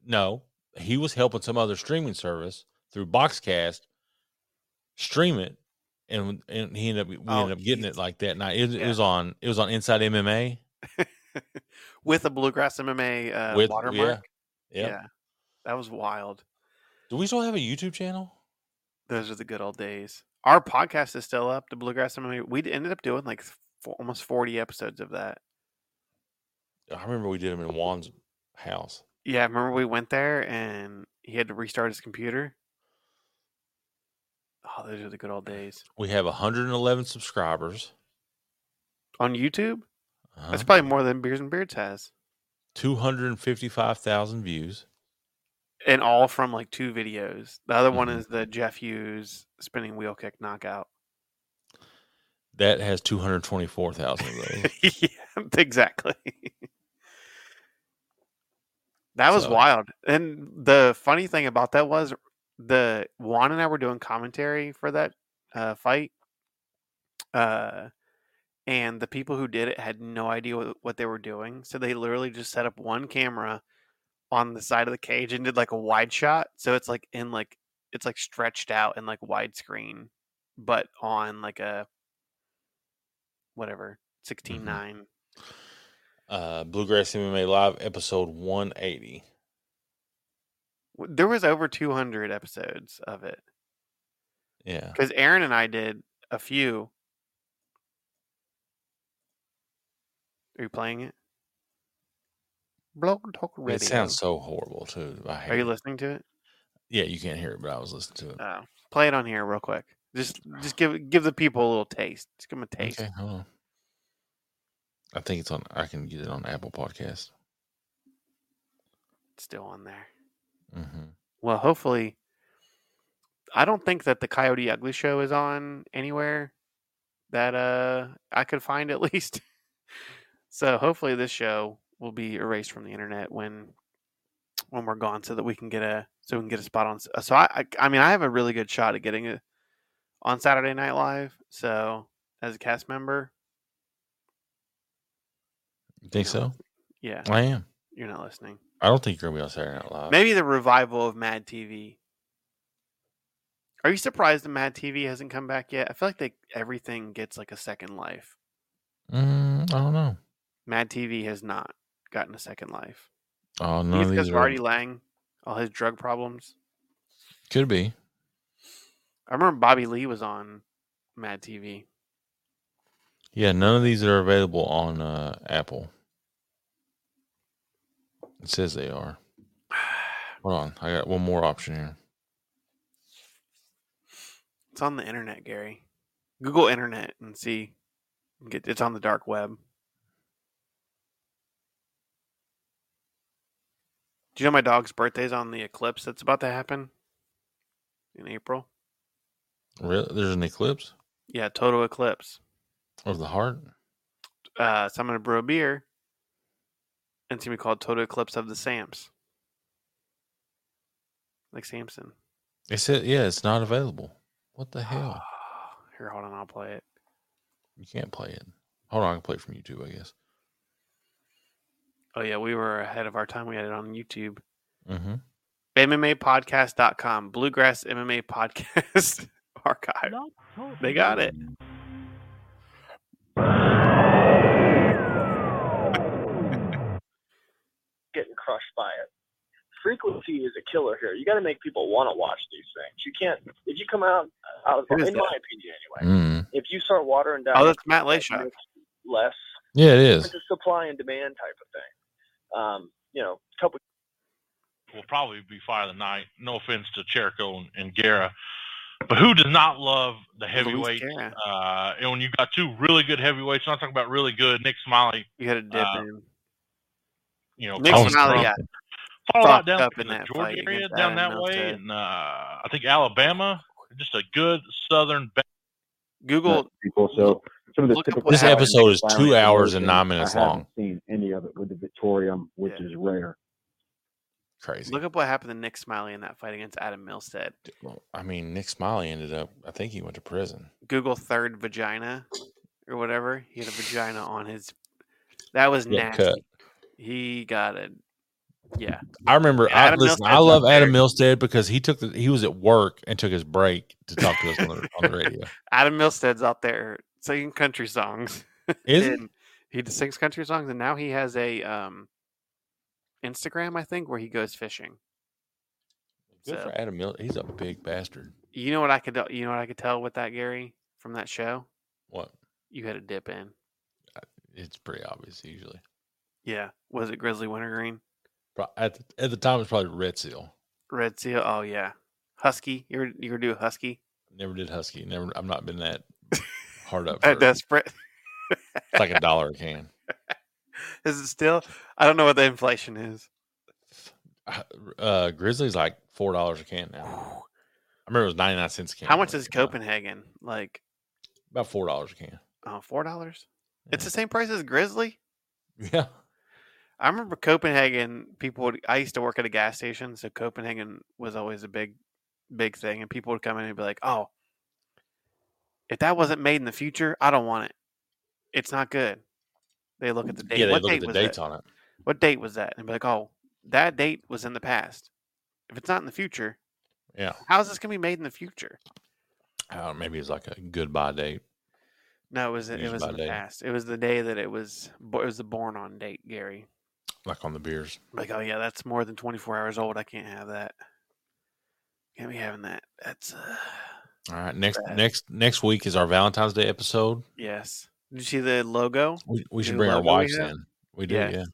B: No, he was helping some other streaming service through Boxcast stream it, and and he ended up we
C: Oh,
B: ended up getting
C: geez.
B: it like that night. It, was-
C: Yeah.
B: it was on it was on Inside MMA.
C: with a bluegrass MMA uh,
B: With- yeah,
C: watermark.
B: Yeah.
C: yeah, that was wild.
B: Do we still have a YouTube channel?
C: Those are the good old days. Our podcast is still up. The Bluegrass MMA. We d- ended up doing like four, almost forty episodes of that.
B: I remember we did them in Juan's house.
C: Yeah, remember we went there and he had to restart his computer. Oh, those are the good old
B: Uh,
C: days
B: We have 111 subscribers.
C: on YouTube.
B: uh-huh,
C: That's probably more than Beers and Beards has,
B: 255,000 views.
C: and all from like two videos. The other one
B: Mhm.
C: is the Jeff Hughes spinning wheel kick knockout.
B: That has 224,000 of those.
C: yeah, exactly. that was
B: So-
C: wild. And the funny thing about that was the Juan and I were doing commentary for that uh, fight. Uh, and the people who did it had no idea what, what they were doing. So they literally just set up one camera on the side of the cage and did like a wide shot. So it's like in like, it's like stretched out and like widescreen, but on like a whatever, 16
B: Mhm.
C: 9.
B: uh, Bluegrass MMA Live, episode 180.
C: W- There was over 200 episodes of it
B: Yeah.
C: because Aaron and I did a few. Are you playing it? Blog Talk Radio.
B: It sounds so horrible too. I hate
C: Are you
B: it.
C: listening to it?
B: yeah, you can't hear it, but I was listening to it.
C: Oh, play it on here real quick. Just just give give the people a little taste. Just give them a taste.
B: Okay, hold on. I think it's on. I can get it on Apple Podcast.
C: It's still on there.
B: Mm-hmm.
C: Well, hopefully, I don't think that the Coyote Ugly show is on anywhere that uh I could find at least. so hopefully, this show will be erased from the internet when when we're gone, so that we can get a so we can get a spot on. s- uh, So I I, I mean I have a really good shot at getting it on Saturday Night Live. So as a cast member,
B: You think
C: You're
B: so?
C: not yeah,
B: I am.
C: you're not listening.
B: I don't think you're gonna be on Saturday Night Live.
C: Maybe the revival of Mad TV. Are you surprised that Mad TV hasn't come back yet? I feel like they everything gets like a second life.
B: Mm, I don't know.
C: Mad TV has not gotten a second life.
B: Oh,
C: You
B: none
C: think
B: of
C: it's
B: these
C: 'cause
B: are,
C: Marty Lang, all his drug problems.
B: could be.
C: I remember Bobby Lee was on Mad TV.
B: Yeah, none of these are available on uh, Apple. It says they are. Hold on, I got one more option here.
C: It's on the internet, Gary. Google internet and see. Get, it's on the dark web. Do you know my dog's birthday's on the eclipse that's about to happen in April?
B: Really? There's an eclipse
C: Yeah, total eclipse.
B: of the heart.
C: Uh, so I'm gonna brew a beer, and it's gonna be called Total Eclipse of the Sams, like Samson.
B: It said, yeah, it's not available. What the hell?
C: Here, hold on, I'll play it.
B: You can't play it. Hold on, I can play it from YouTube, I guess.
C: Oh yeah, we were ahead of our time. We had it on YouTube.
B: Mm-hmm.
C: MMApodcast.com, Bluegrass MMA Podcast Archive. They got it.
D: getting crushed by it. Frequency is a killer here. You got to make people want to watch these things. You can't if you come out out of
C: Who is
D: in
C: that? Hmm.
D: my opinion anyway.
B: Mm.
D: If you start watering down
C: Oh, that's Matt
D: that
C: Lashock.
D: makes less,
B: Yeah, it
D: it's
B: is.
D: a supply and demand type of thing. Um, you know, couple
E: will probably be fire of the night. No offense to Jericho and, and Guerra, but who does not love the heavyweight?
C: Louisiana.
E: Uh, and when you got two really good heavyweights, I'm not talking about really good, Nick Smiley,
C: You had a dip
E: Uh,
C: in.
E: you know,
C: Nick
B: Colin
C: Smiley
B: Crawford.
C: got
E: far out
C: fucked
E: down
C: up
E: in
C: in
E: the
C: that fight
E: Georgia area,
C: against
E: down
C: Adam
E: that way,
C: Meltzer.
E: and uh, I think Alabama, just a good Southern. ba-
C: Google.
F: people. So some of the
C: Look up
F: typical
C: what
B: This
C: happened.
B: episode is
F: violent
B: two hours and
F: emotions,
B: nine minutes
F: I haven't
B: long.
F: Seen any of it with the Victorium, which
C: Yeah.
F: is rare.
B: Crazy.
C: Look up what happened to Nick Smiley in that fight against Adam Milstead.
B: Well, I mean, Nick Smiley ended up. I think he went to prison.
C: Google third vagina or whatever. He had a vagina on his. That was
B: Yeah,
C: nasty.
B: cut.
C: He got it. Yeah,
B: I remember. I,
C: Adam
B: listen, I
C: Milstead's
B: love
C: up there.
B: Adam Milstead because he took the, he was at work and took his break to talk to us on the, on the radio.
C: Adam Milstead's out there singing country songs.
B: Is it?
C: and he just sings country songs, and now he has a um, Instagram, I think, where he goes fishing.
B: good
C: so-
B: for Adam Mil? He's a big bastard.
C: You know what I could? You know what I could tell with that Gary from that show?
B: What?
C: You had a dip in.
B: It's pretty obvious usually.
C: Yeah, was it Grizzly Wintergreen?
B: Pro- At the, at the time, it's probably Red Seal.
C: Red Seal. Oh yeah, Husky. You were you were do a Husky?
B: Never did Husky. Never. I've not been that hard up.
C: That
B: for it.
C: desperate.
B: It's like a dollar a can.
C: Is it still? I don't know what the inflation is.
B: Uh, Grizzly's like four dollars a can now. I remember it was ninety nine cents a can.
C: How much
B: when
C: is
B: it came out.
C: Copenhagen? Like
B: About four dollars a can.
C: uh, four dollars? It's
B: Yeah.
C: the same price as Grizzly.
B: Yeah.
C: I remember Copenhagen. People, would, I used to work at a gas station, so Copenhagen was always a big, big thing, and people would come in and be like, "Oh, if that wasn't made in the future, I don't want it. It's not good." They look at the date.
B: Yeah. They
C: what
B: look
C: date
B: at the
C: was
B: dates
C: that?
B: on it.
C: What date was that? And be like, "Oh, that date was in the past. If it's not in the future,
B: Yeah.
C: how is this gonna be made in the future?"
B: I don't know, Uh, maybe it's like a goodbye date.
C: No, it was it
B: Used
C: was
B: by
C: in the
B: day.
C: past. It was the day that it was bo- it was the born on date, Gary.
B: like on the beers.
C: Like, oh yeah, that's more than twenty four hours old. I can't have that. Can't be having that. That's uh,
B: All right. Next
C: Bad.
B: next next week is our Valentine's Day episode.
C: Yes. Did you see the logo?
B: We, we should
C: New
B: bring our
C: logo we
B: wives
C: have?
B: in. We do, yeah.
C: Yeah.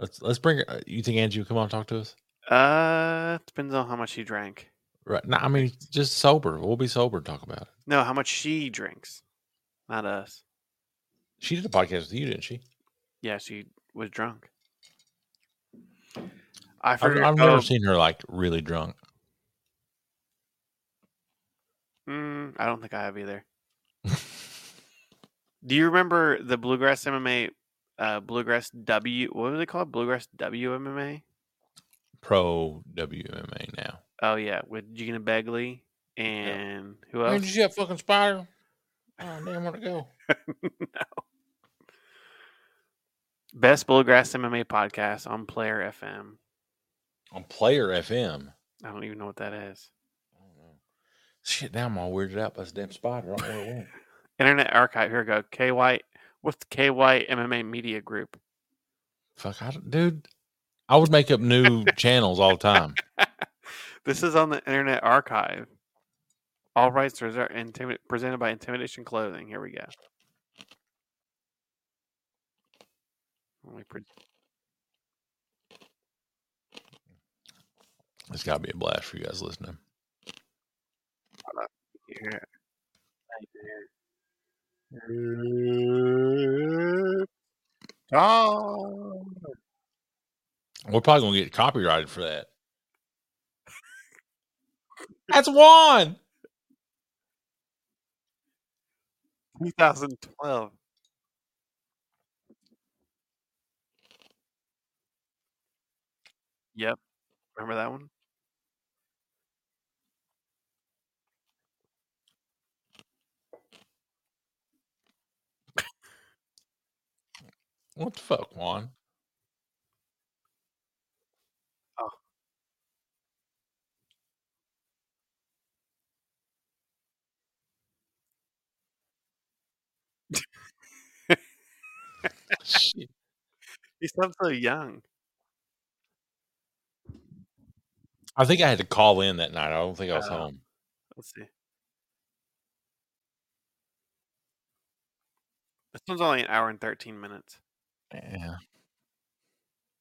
B: Let's let's bring. her- You think Angie would come on and talk to us?
C: Uh, depends on how much she drank.
B: Right. No, I mean just sober. We'll be sober and talk about it.
C: No, how much she drinks, not us.
B: She did a podcast with you, didn't she?
C: Yeah, she was drunk. I
B: I've,
C: forgot.
B: I've never
C: oh,
B: seen her like really drunk.
C: mm, I don't think I have either. Do you remember the Bluegrass MMA, uh, Bluegrass W? What was it called? Bluegrass WMMA.
B: Pro WMA now.
C: Oh yeah, with Gina Begley and who
B: Hey,
C: else?
B: you see that fucking spider? Oh damn, where'd it go?
C: Best Bluegrass MMA podcast on Player FM.
B: On Player FM.
C: I don't even know what that is.
B: I don't know. Shit, now I'm all weirded out by this damn spider. I don't know where it went.
C: Internet Archive. Here we go. KY. What's KY MMA Media Group?
B: Fuck, I don't, dude. I would make up new channels all the time.
C: This is on the Internet Archive. All rights reserved. Intimid- presented by Intimidation Clothing. Here we go. Let me pre-
B: It's got to be a blast for you guys listening.
C: here.
B: We're probably gonna get copyrighted for that. That's Juan.
C: 2012. Yep. Remember that one?
B: What the fuck, Juan? Shit.
C: He sounds so young.
B: I think I had to call in that night. I don't think I was
C: Uh,
B: home.
C: Let's see. This one's only an hour and 13 minutes.
B: Yeah.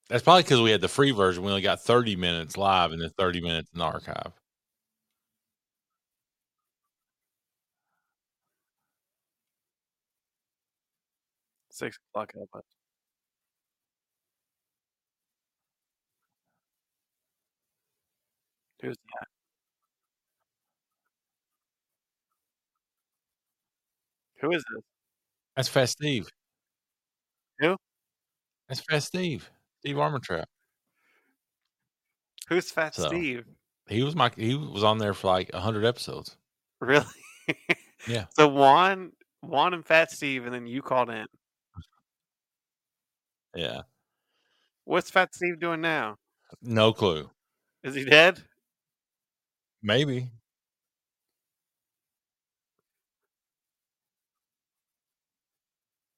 B: That's probably because we had the free version. We only got 30 minutes live and then 30 minutes in the archive.
C: Six o'clock elbow. Who's that? Who is this?
B: That's Fast Steve.
C: Who?
B: That's Fast Steve. Steve Armentrout.
C: Who's Fat
B: So.
C: Steve?
B: He was my he was on there for like hundred episodes.
C: Really?
B: Yeah.
C: So Juan, Juan and Fat Steve, and then you called in.
B: Yeah.
C: What's Fat Steve doing now?
B: No clue.
C: Is he dead?
B: Maybe.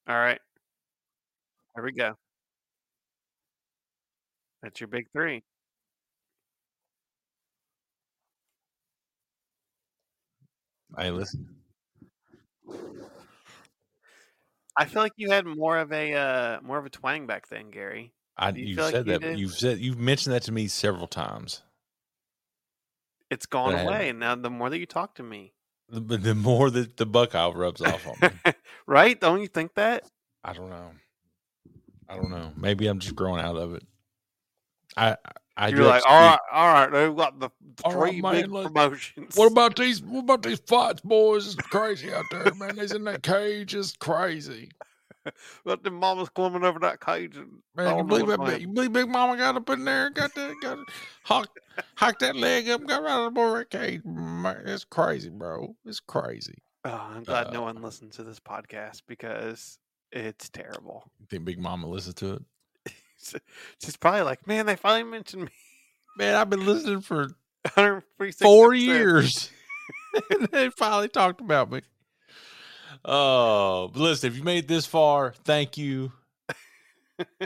C: All right. There we go. That's your big three.
B: Hey, listen.
C: I feel like you had more of a uh, more of a twang back then, Gary.
B: I
C: Do you
B: you
C: feel
B: have
C: like
B: said
C: you
B: that
C: did?
B: you've said you've mentioned that to me several times.
C: It's gone
B: I had-
C: away. Now the more that you talk to me,
B: The- But the more that the Buckeye rubs off on me,
C: right? Don't you think that?
B: I don't know. I don't know. Maybe I'm just growing out of it. I I
C: You're
B: do
C: like,
B: have
C: all
B: to
C: right, all right, they've got the
B: All right,
C: three
B: man,
C: big
B: look,
C: promotions.
B: speak- What about these? What about these fights, boys? It's crazy out there, man. These in that cage is crazy,
C: Got the mamas climbing over that cage? And
B: man. You
C: throwing all
B: believe
C: the
B: that? big-
C: time.
B: You believe Big Mama got up in there, got that, got hawk, hawked that leg up, got right out of the boy cage. Man, it's crazy, bro. It's crazy.
C: Oh, I'm glad no
B: Uh,
C: one listened to this podcast because it's terrible.
B: You think Big Mama listened to it?
C: She's probably like, man, they finally mentioned me.
B: Man, I've been listening for
C: 146
B: four
C: episodes."
B: years. and they finally talked about me. Oh, but listen, if you made it this far, thank you.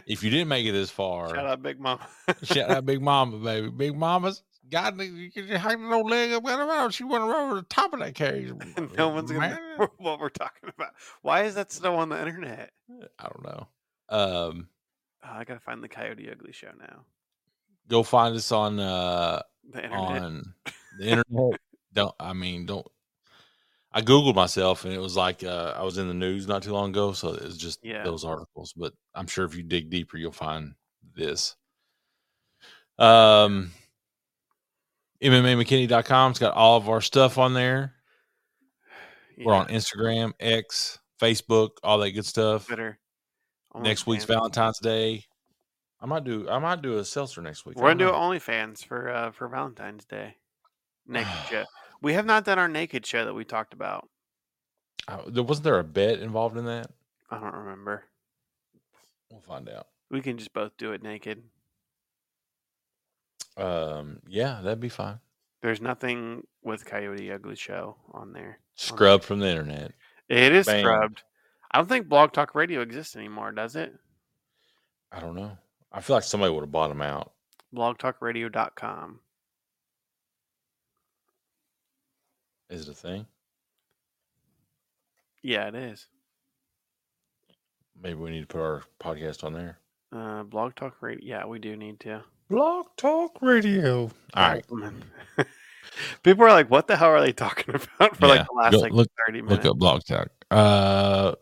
B: If you didn't make it this far,
C: Shout out, Big Mom.
B: shout out Big Mama, baby. Big Mama's
A: God, you can just hang no leg up. What about she went over the top of that carriage?
C: no one's gonna
A: Man,
C: know what we're talking about. Why is that still on the internet?
B: I don't know. Um,
C: Oh, I gotta find the Coyote Ugly show now.
B: go find us on uh
C: The internet.
B: on the internet. don't I mean don't. I googled myself and it was like uh, I was in the news not too long ago, so it was just
C: Yeah.
B: those articles. But I'm sure if you dig deeper, you'll find this. Um, MMAMcKinney.com's got all of our stuff on there. We're
C: Yeah,
B: on Instagram, X, Facebook, all that good stuff.
C: Twitter. Only
B: Next week's
C: Fans.
B: Valentine's Day. I might do I might do a seltzer next week.
C: We're
B: I
C: gonna do
B: don't know.
C: OnlyFans for uh, for Valentine's Day. Naked show. We have not done our naked show that we talked about.
B: I- there wasn't there a bet involved in that?
C: I don't remember.
B: We'll find out.
C: We can just both do it naked.
B: Um, yeah, that'd be fine.
C: There's nothing with Coyote Ugly Show on there.
B: Scrub from the internet.
C: It is
B: Banned.
C: scrubbed. I don't think Blog Talk Radio exists anymore, does it?
B: I don't know. I feel like somebody would have bought them out.
C: blogtalkradio.com.
B: Is it a thing?
C: Yeah, it is.
B: Maybe we need to put our podcast on there.
C: Uh, Blog Talk Radio. Yeah, we do need to.
B: Block Talk Radio. All right.
C: People are like, what the hell are they talking about for
B: Yeah,
C: like the last
B: go-
C: like
B: look-
C: 30 minutes?
B: Look up Block Talk. Uh,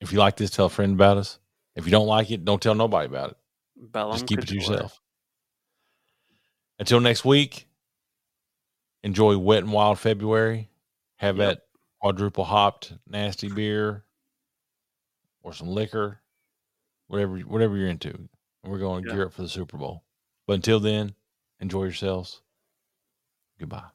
B: if you like this, tell a friend about us. If you don't like it, don't tell nobody about it.
C: Bellum
B: Just keep it to
C: Couture.
B: yourself. Until next week, enjoy wet and wild February. Have
C: Yep.
B: that quadruple hopped nasty beer or some liquor, whatever whatever you're into. And we're going to
C: Yeah.
B: gear up for the Super Bowl. But until then, enjoy yourselves. Goodbye.